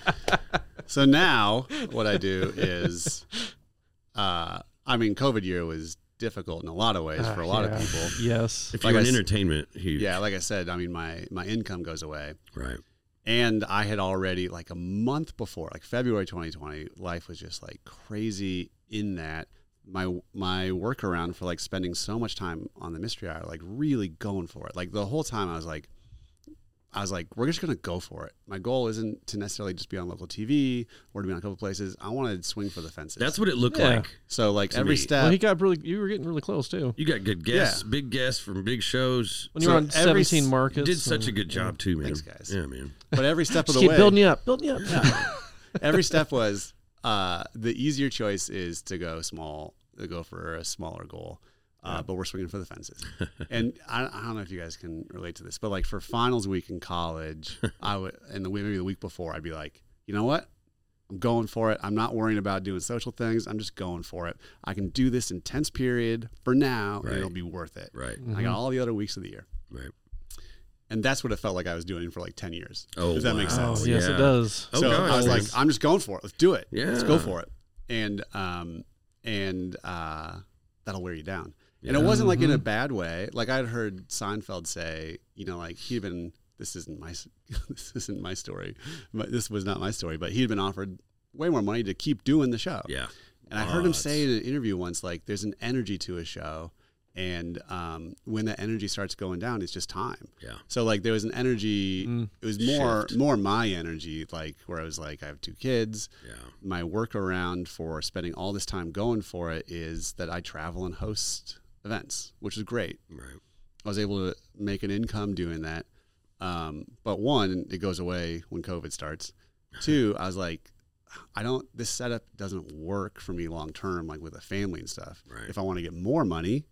S3: so now what I do is, uh, I mean, COVID year was difficult in a lot of ways
S1: Ah,
S3: for a lot
S1: yeah.
S3: of people.
S1: Yes.
S2: If
S3: Like
S2: you're
S3: I
S2: in
S3: s-
S2: entertainment, huge.
S3: Yeah, like I said, I mean, my my income goes away.
S2: Right.
S3: and I had already like a month before, like February 2020, life was just like crazy in that my my workaround for like spending so much time on the mystery hour, like really going for it. Like the whole time I was like I was like, we're just gonna go for it. My goal isn't to necessarily just be on local TV or to be on a couple places. I wanna swing for the fences.
S2: That's what it looked
S1: Yeah.
S2: like.
S3: so like
S2: to
S3: every
S2: me.
S3: step
S1: Well, he got really. You were getting really close too.
S2: You got good guests, big guests from big shows.
S1: When you were
S3: So
S1: on
S3: every s-
S1: seventeen
S2: You
S1: markets,
S2: did such a
S1: and-
S2: good job too, man.
S3: Thanks, guys.
S2: Yeah, man.
S3: but every step of
S1: Just
S3: the
S1: keep
S3: way
S1: building you up, building you up.
S3: every step was uh, the easier choice is to go small, to go for a smaller goal. Uh, But we're swinging for the fences. and I, I don't know if you guys can relate to this, but like for finals week in college, I would, and the week- maybe the week before, I'd be like, you know what? I'm going for it. I'm not worrying about doing social things. I'm just going for it. I can do this intense period for now,
S2: Right.
S3: and it'll be worth it.
S2: Right,
S1: Mm-hmm.
S3: I got all the other weeks of the year.
S2: right.
S3: And that's what it felt like I was doing for like 10 years.
S2: Oh,
S3: Does that make
S2: wow.
S3: sense?
S1: Oh, yes,
S2: Yeah.
S1: it does.
S2: Oh,
S3: so
S2: gosh.
S3: I was like,
S2: Yes.
S3: I'm just going for it. Let's do it. Let's
S2: Yeah.
S3: go for it. And um and uh that'll wear you down. And it
S2: Yeah. Mm-hmm.
S3: wasn't like in a bad way. Like I'd heard Seinfeld say, you know, like he'd been this isn't my s- this isn't my story. My, this was not my story, but he'd been offered way more money to keep doing the show.
S2: Yeah.
S3: And I heard him
S2: Lots.
S3: say in an interview once, like, there's an energy to a show. And um, when that energy starts going down, it's just time.
S2: Yeah.
S3: So like there was an energy.
S1: Mm.
S3: It was more
S2: Shift.
S3: more my energy, like where I was like, I have two kids.
S2: Yeah.
S3: My workaround for spending all this time going for it is that I travel and host events, which is great.
S2: Right.
S3: I was able to make an income doing that. Um, but one, it goes away when COVID starts. Two, I was like, I don't. This setup doesn't work for me long term, like with a family and stuff.
S2: Right.
S3: If I want to get more money,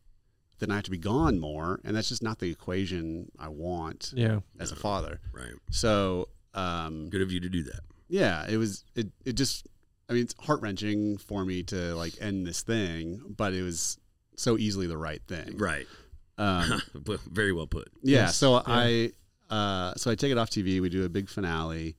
S3: then I have to be gone more, and that's just not the equation I want
S1: Yeah.
S3: as a father.
S2: Right.
S3: So um,
S2: Good of you to do that.
S3: yeah, it was it it just I mean it's heart wrenching for me to like end this thing, but it was so easily the right thing.
S2: Right.
S3: Um,
S2: Well, Very well put.
S3: yeah.
S1: Yes,
S3: So
S1: yeah.
S3: I uh, so I take it off TV. We do a big finale.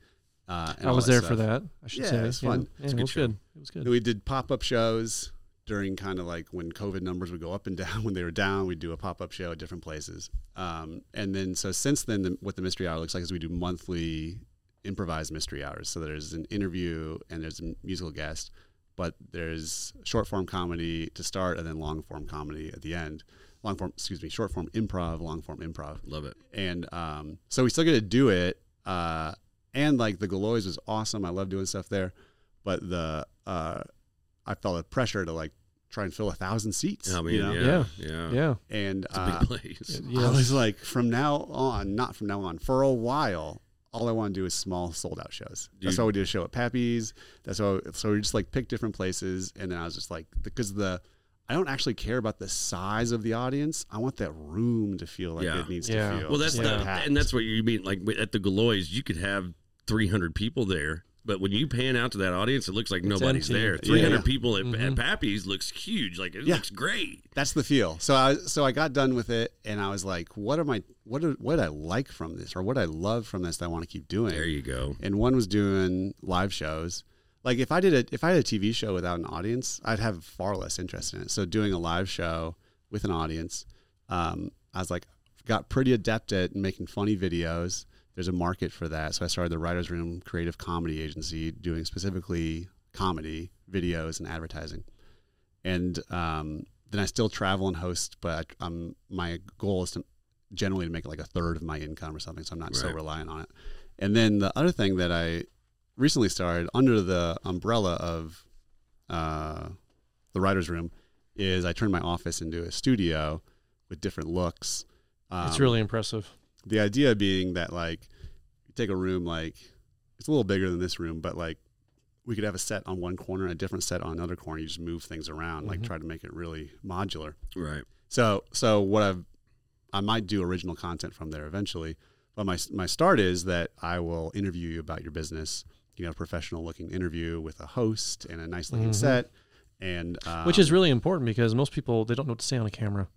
S3: Uh, and
S1: I
S3: all
S1: was there
S3: stuff.
S1: for that. I should
S3: Yeah,
S1: say
S3: it was fun.
S1: Yeah, it was
S2: good
S1: good. It was good.
S3: We did pop up shows. during kind of like when COVID numbers would go up and down. When they were down, we'd do a pop up show at different places. Um, and then, so since then, the, what the mystery hour looks like is we do monthly improvised mystery hours. So there's an interview and there's a musical guest, but there's short form comedy to start and then long form comedy at the end. Long form, excuse me, short form improv, long form improv
S2: Love it.
S3: and um, so we still get to do it. Uh, and like the Galois was awesome. I love doing stuff there, but the uh, I felt a pressure to like try and fill a thousand seats.
S2: I mean,
S3: you know?
S2: Oh, yeah, yeah,
S1: Yeah.
S3: And
S2: It's a
S3: uh,
S2: big place.
S1: Yeah.
S3: I was like, from now on, not from now on, for a while. All I want to do is small sold out shows. That's
S2: Dude.
S3: why we did a show at Pappy's. That's why. So we just like pick different places, and then I was just like, because the I don't actually care about the size of the audience. I want that room to feel like
S2: Yeah.
S3: it needs
S1: Yeah.
S3: to feel.
S2: Well, that's
S3: just,
S1: Yeah.
S3: like,
S2: the,
S3: packed.
S2: and that's what you mean. Like at the Galois, you could have 300 people there, but when you pan out to that audience, it looks like nobody's
S1: empty.
S2: there.
S1: Yeah.
S2: 300
S3: Yeah.
S2: people at, at
S1: Mhm.
S2: Pappy's looks huge. Like it
S3: Yeah.
S2: looks great.
S3: that's the feel. So I so I got done with it, and I was like, what am I? What do- what did I like from this, or what did I love from this that I want to keep doing?
S2: There you go.
S3: and one was doing live shows. Like if I did a if I had a TV show without an audience, I'd have far less interest in it. So doing a live show with an audience, um, I was like got pretty adept at making funny videos. There's a market for that, so I started the Writers Room Creative Comedy Agency, doing specifically comedy videos and advertising. And um, then I still travel and host, but I, um, my goal is to generally to make like a third of my income or something, so I'm not so
S2: Right.
S3: reliant on it. And then the other thing that I recently started under the umbrella of uh, the writer's room is I turned my office into a studio with different looks. Um,
S1: it's really impressive.
S3: the idea being that like you take a room like it's a little bigger than this room, but like we could have a set on one corner and a different set on another corner. You just move things around, like
S1: Mhm.
S3: try to make it really modular.
S2: Right.
S3: So so what I've I might do original content from there eventually, but my my start is that I will interview you about your business. You know, professional looking interview with a host and a nice looking
S1: Mhm.
S3: set, and um,
S1: Which is really important because most people they don't know what to say on a camera.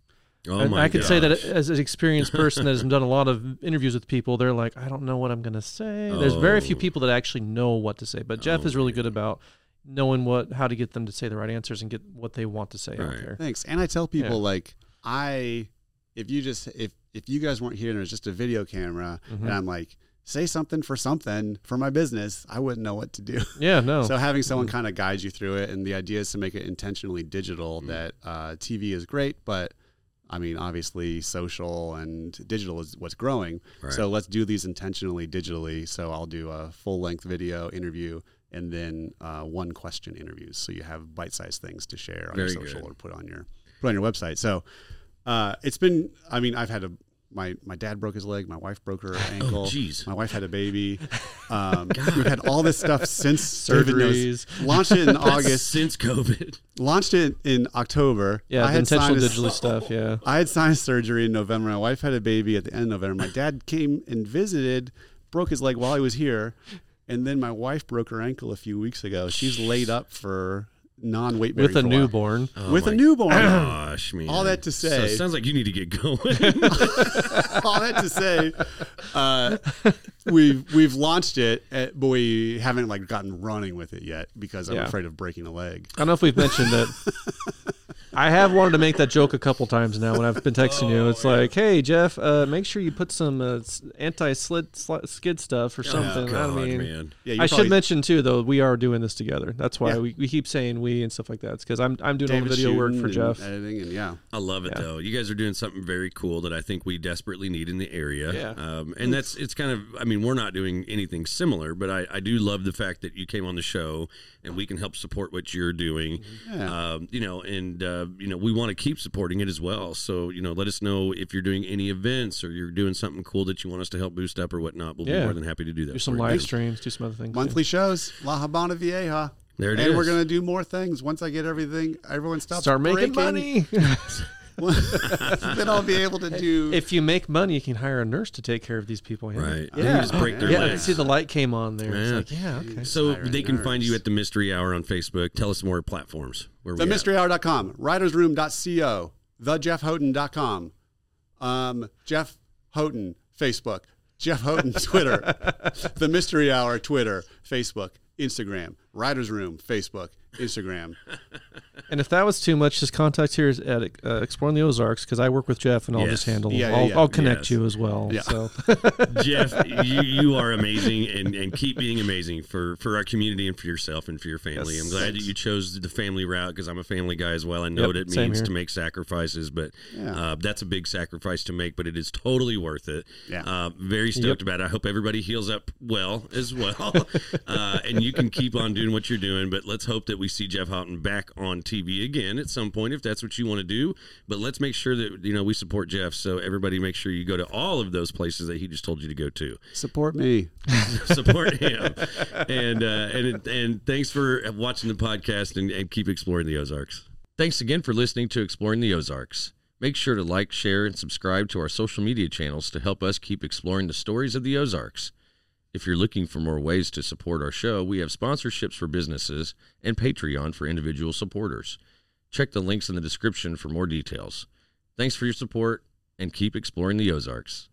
S2: Oh
S1: And
S2: my
S1: I could say that
S2: gosh.
S1: as an experienced person that has done a lot of interviews with people, they're like, I don't know what I'm going to say. There's very few
S2: Oh.
S1: people that actually know what to say, but Jeff
S2: Oh,
S1: is really good about knowing what how to get them to say the right answers and get what they want to say out
S2: Right.
S1: there.
S3: Thanks. And I tell
S1: Yeah.
S3: people like I if you just if if you guys weren't here and it was just a video camera and I'm like say something for something for my business, I wouldn't know what to do.
S1: Yeah, no.
S3: So having someone
S2: Mm.
S3: kind of guide you through it and the idea is to make it intentionally
S2: Mm.
S3: digital that uh, TV is great, but I mean obviously social and digital is what's growing.
S2: Right.
S3: So let's do these intentionally digitally. So I'll do a full length video interview and then uh, one question interviews. So you have bite sized things to share on your
S2: Very
S3: social
S2: good.
S3: or put on your put on your website. So uh, it's been. I mean, I've had a my my dad broke his leg. My wife broke her ankle.
S2: Oh, jeez.
S3: My wife had a baby. Um, we've had all this stuff since David knows.
S1: Surgeries.
S3: Launched it in August.
S2: since COVID.
S3: Launched it in October.
S1: Yeah,
S3: I
S1: the
S3: had
S1: intentional
S3: sinus-
S1: digitally stuff. Yeah.
S3: I had sinus surgery in November. My wife had a baby at the end of November. My dad came and visited, broke his leg while he was here, and then my wife broke her ankle a few weeks ago. She's laid up for non weight
S1: With a newborn.
S2: Oh
S3: With
S2: my
S3: a newborn.
S2: Gosh, man.
S3: All that to
S2: So
S3: say-
S2: it sounds like you need to get going.
S3: all that to say, uh, we've we've launched it, uh, but we haven't like gotten running with it yet because I'm
S1: Yeah.
S3: afraid of breaking a leg.
S1: I don't know if we've mentioned it. I have wanted to make that joke a couple times now when I've been texting
S2: Oh,
S1: you. It's like, hey Jeff, uh, make sure you put some uh, anti slid skid stuff or something.
S2: Oh, God,
S1: I mean,
S2: man.
S3: Yeah, you
S1: I
S3: probably-
S1: should mention too, though, we are doing this together. That's why
S3: Yeah.
S1: we, we keep saying we and stuff like that. It's because I'm I'm doing all
S3: David's
S1: the video work
S3: shooting
S1: for
S3: and uh,
S1: Jeff.
S3: editing, and yeah,
S2: I love it
S1: Yeah.
S2: though. You guys are doing something very cool that I think we desperately need in the area.
S1: Yeah.
S2: Um, and that's it's kind of I mean we're not doing anything similar, but I, I do love the fact that you came on the show and we can help support what you're doing.
S3: Yeah.
S2: Um, you know, and uh, you know we want to keep supporting it as well. So you know, let us know if you're doing any events or you're doing something cool that you want us to help boost up or whatnot. We'll be
S1: Yeah.
S2: more than happy to do that.
S1: Do some
S2: for you.
S1: live streams, do some other things. too.
S3: monthly shows, La Habana Vieja.
S2: There it
S3: and we're
S2: is.
S3: gonna do more things once I get everything. Everyone stops.
S1: Start making
S3: breaking.
S1: money.
S3: then I'll be able to do.
S1: if you make money, you can hire a nurse to take care of these people. Yeah.
S2: Right. Then you
S1: Yeah.
S2: just break their
S1: yeah. I
S2: legs.
S1: see the light came on there.
S2: Yeah.
S1: It's like, yeah, okay.
S2: so
S3: Siren
S2: they can find you
S3: nerds.
S2: at the Mystery Hour on Facebook. Tell us more platforms. Where we at?
S3: TheMysteryHour.com, WritersRoom.co, TheJeffHoughton.com, um, Jeff Houghton Facebook, Jeff Houghton Twitter, The Mystery Hour Twitter, Facebook, Instagram, Writers Room Facebook, Instagram,
S1: And if that was too much, just contact here at uh, Exploring the Ozarks because I work with Jeff and I'll
S2: Yes.
S1: just handle.
S3: Yeah, yeah,
S1: I'll,
S3: yeah.
S1: I'll connect
S2: Yes.
S1: you as well.
S3: Yeah.
S1: So
S2: Jeff, you, you are amazing and, and keep being amazing for, for our community and for yourself and for your family.
S1: Yes.
S2: I'm glad that
S3: Thanks.
S2: you chose the family route because I'm a family guy as well. I know
S1: Yep,
S2: what it
S1: same
S2: means
S1: here.
S2: to make sacrifices, but
S3: Yeah.
S2: uh, that's a big sacrifice to make, but it is totally worth it.
S3: Yeah.
S2: Uh, very stoked about it. I hope everybody heals up well as well. uh, and you can keep on doing what you're doing, but let's hope that we see Jeff Houghton back on TV again at some point if that's what you want to do. But let's make sure that, you know, we support Jeff. So everybody make sure you go to all of those places that he just told you to go to
S3: Support me.
S2: support him. and uh, and and thanks for watching the podcast and, and keep exploring the Ozarks. Thanks again for listening to Exploring the Ozarks. Make sure to like, share, and subscribe to our social media channels to help us keep exploring the stories of the Ozarks. If you're looking for more ways to support our show, we have sponsorships for businesses and Patreon for individual supporters. Check the links in the description for more details. Thanks for your support and keep exploring the Ozarks.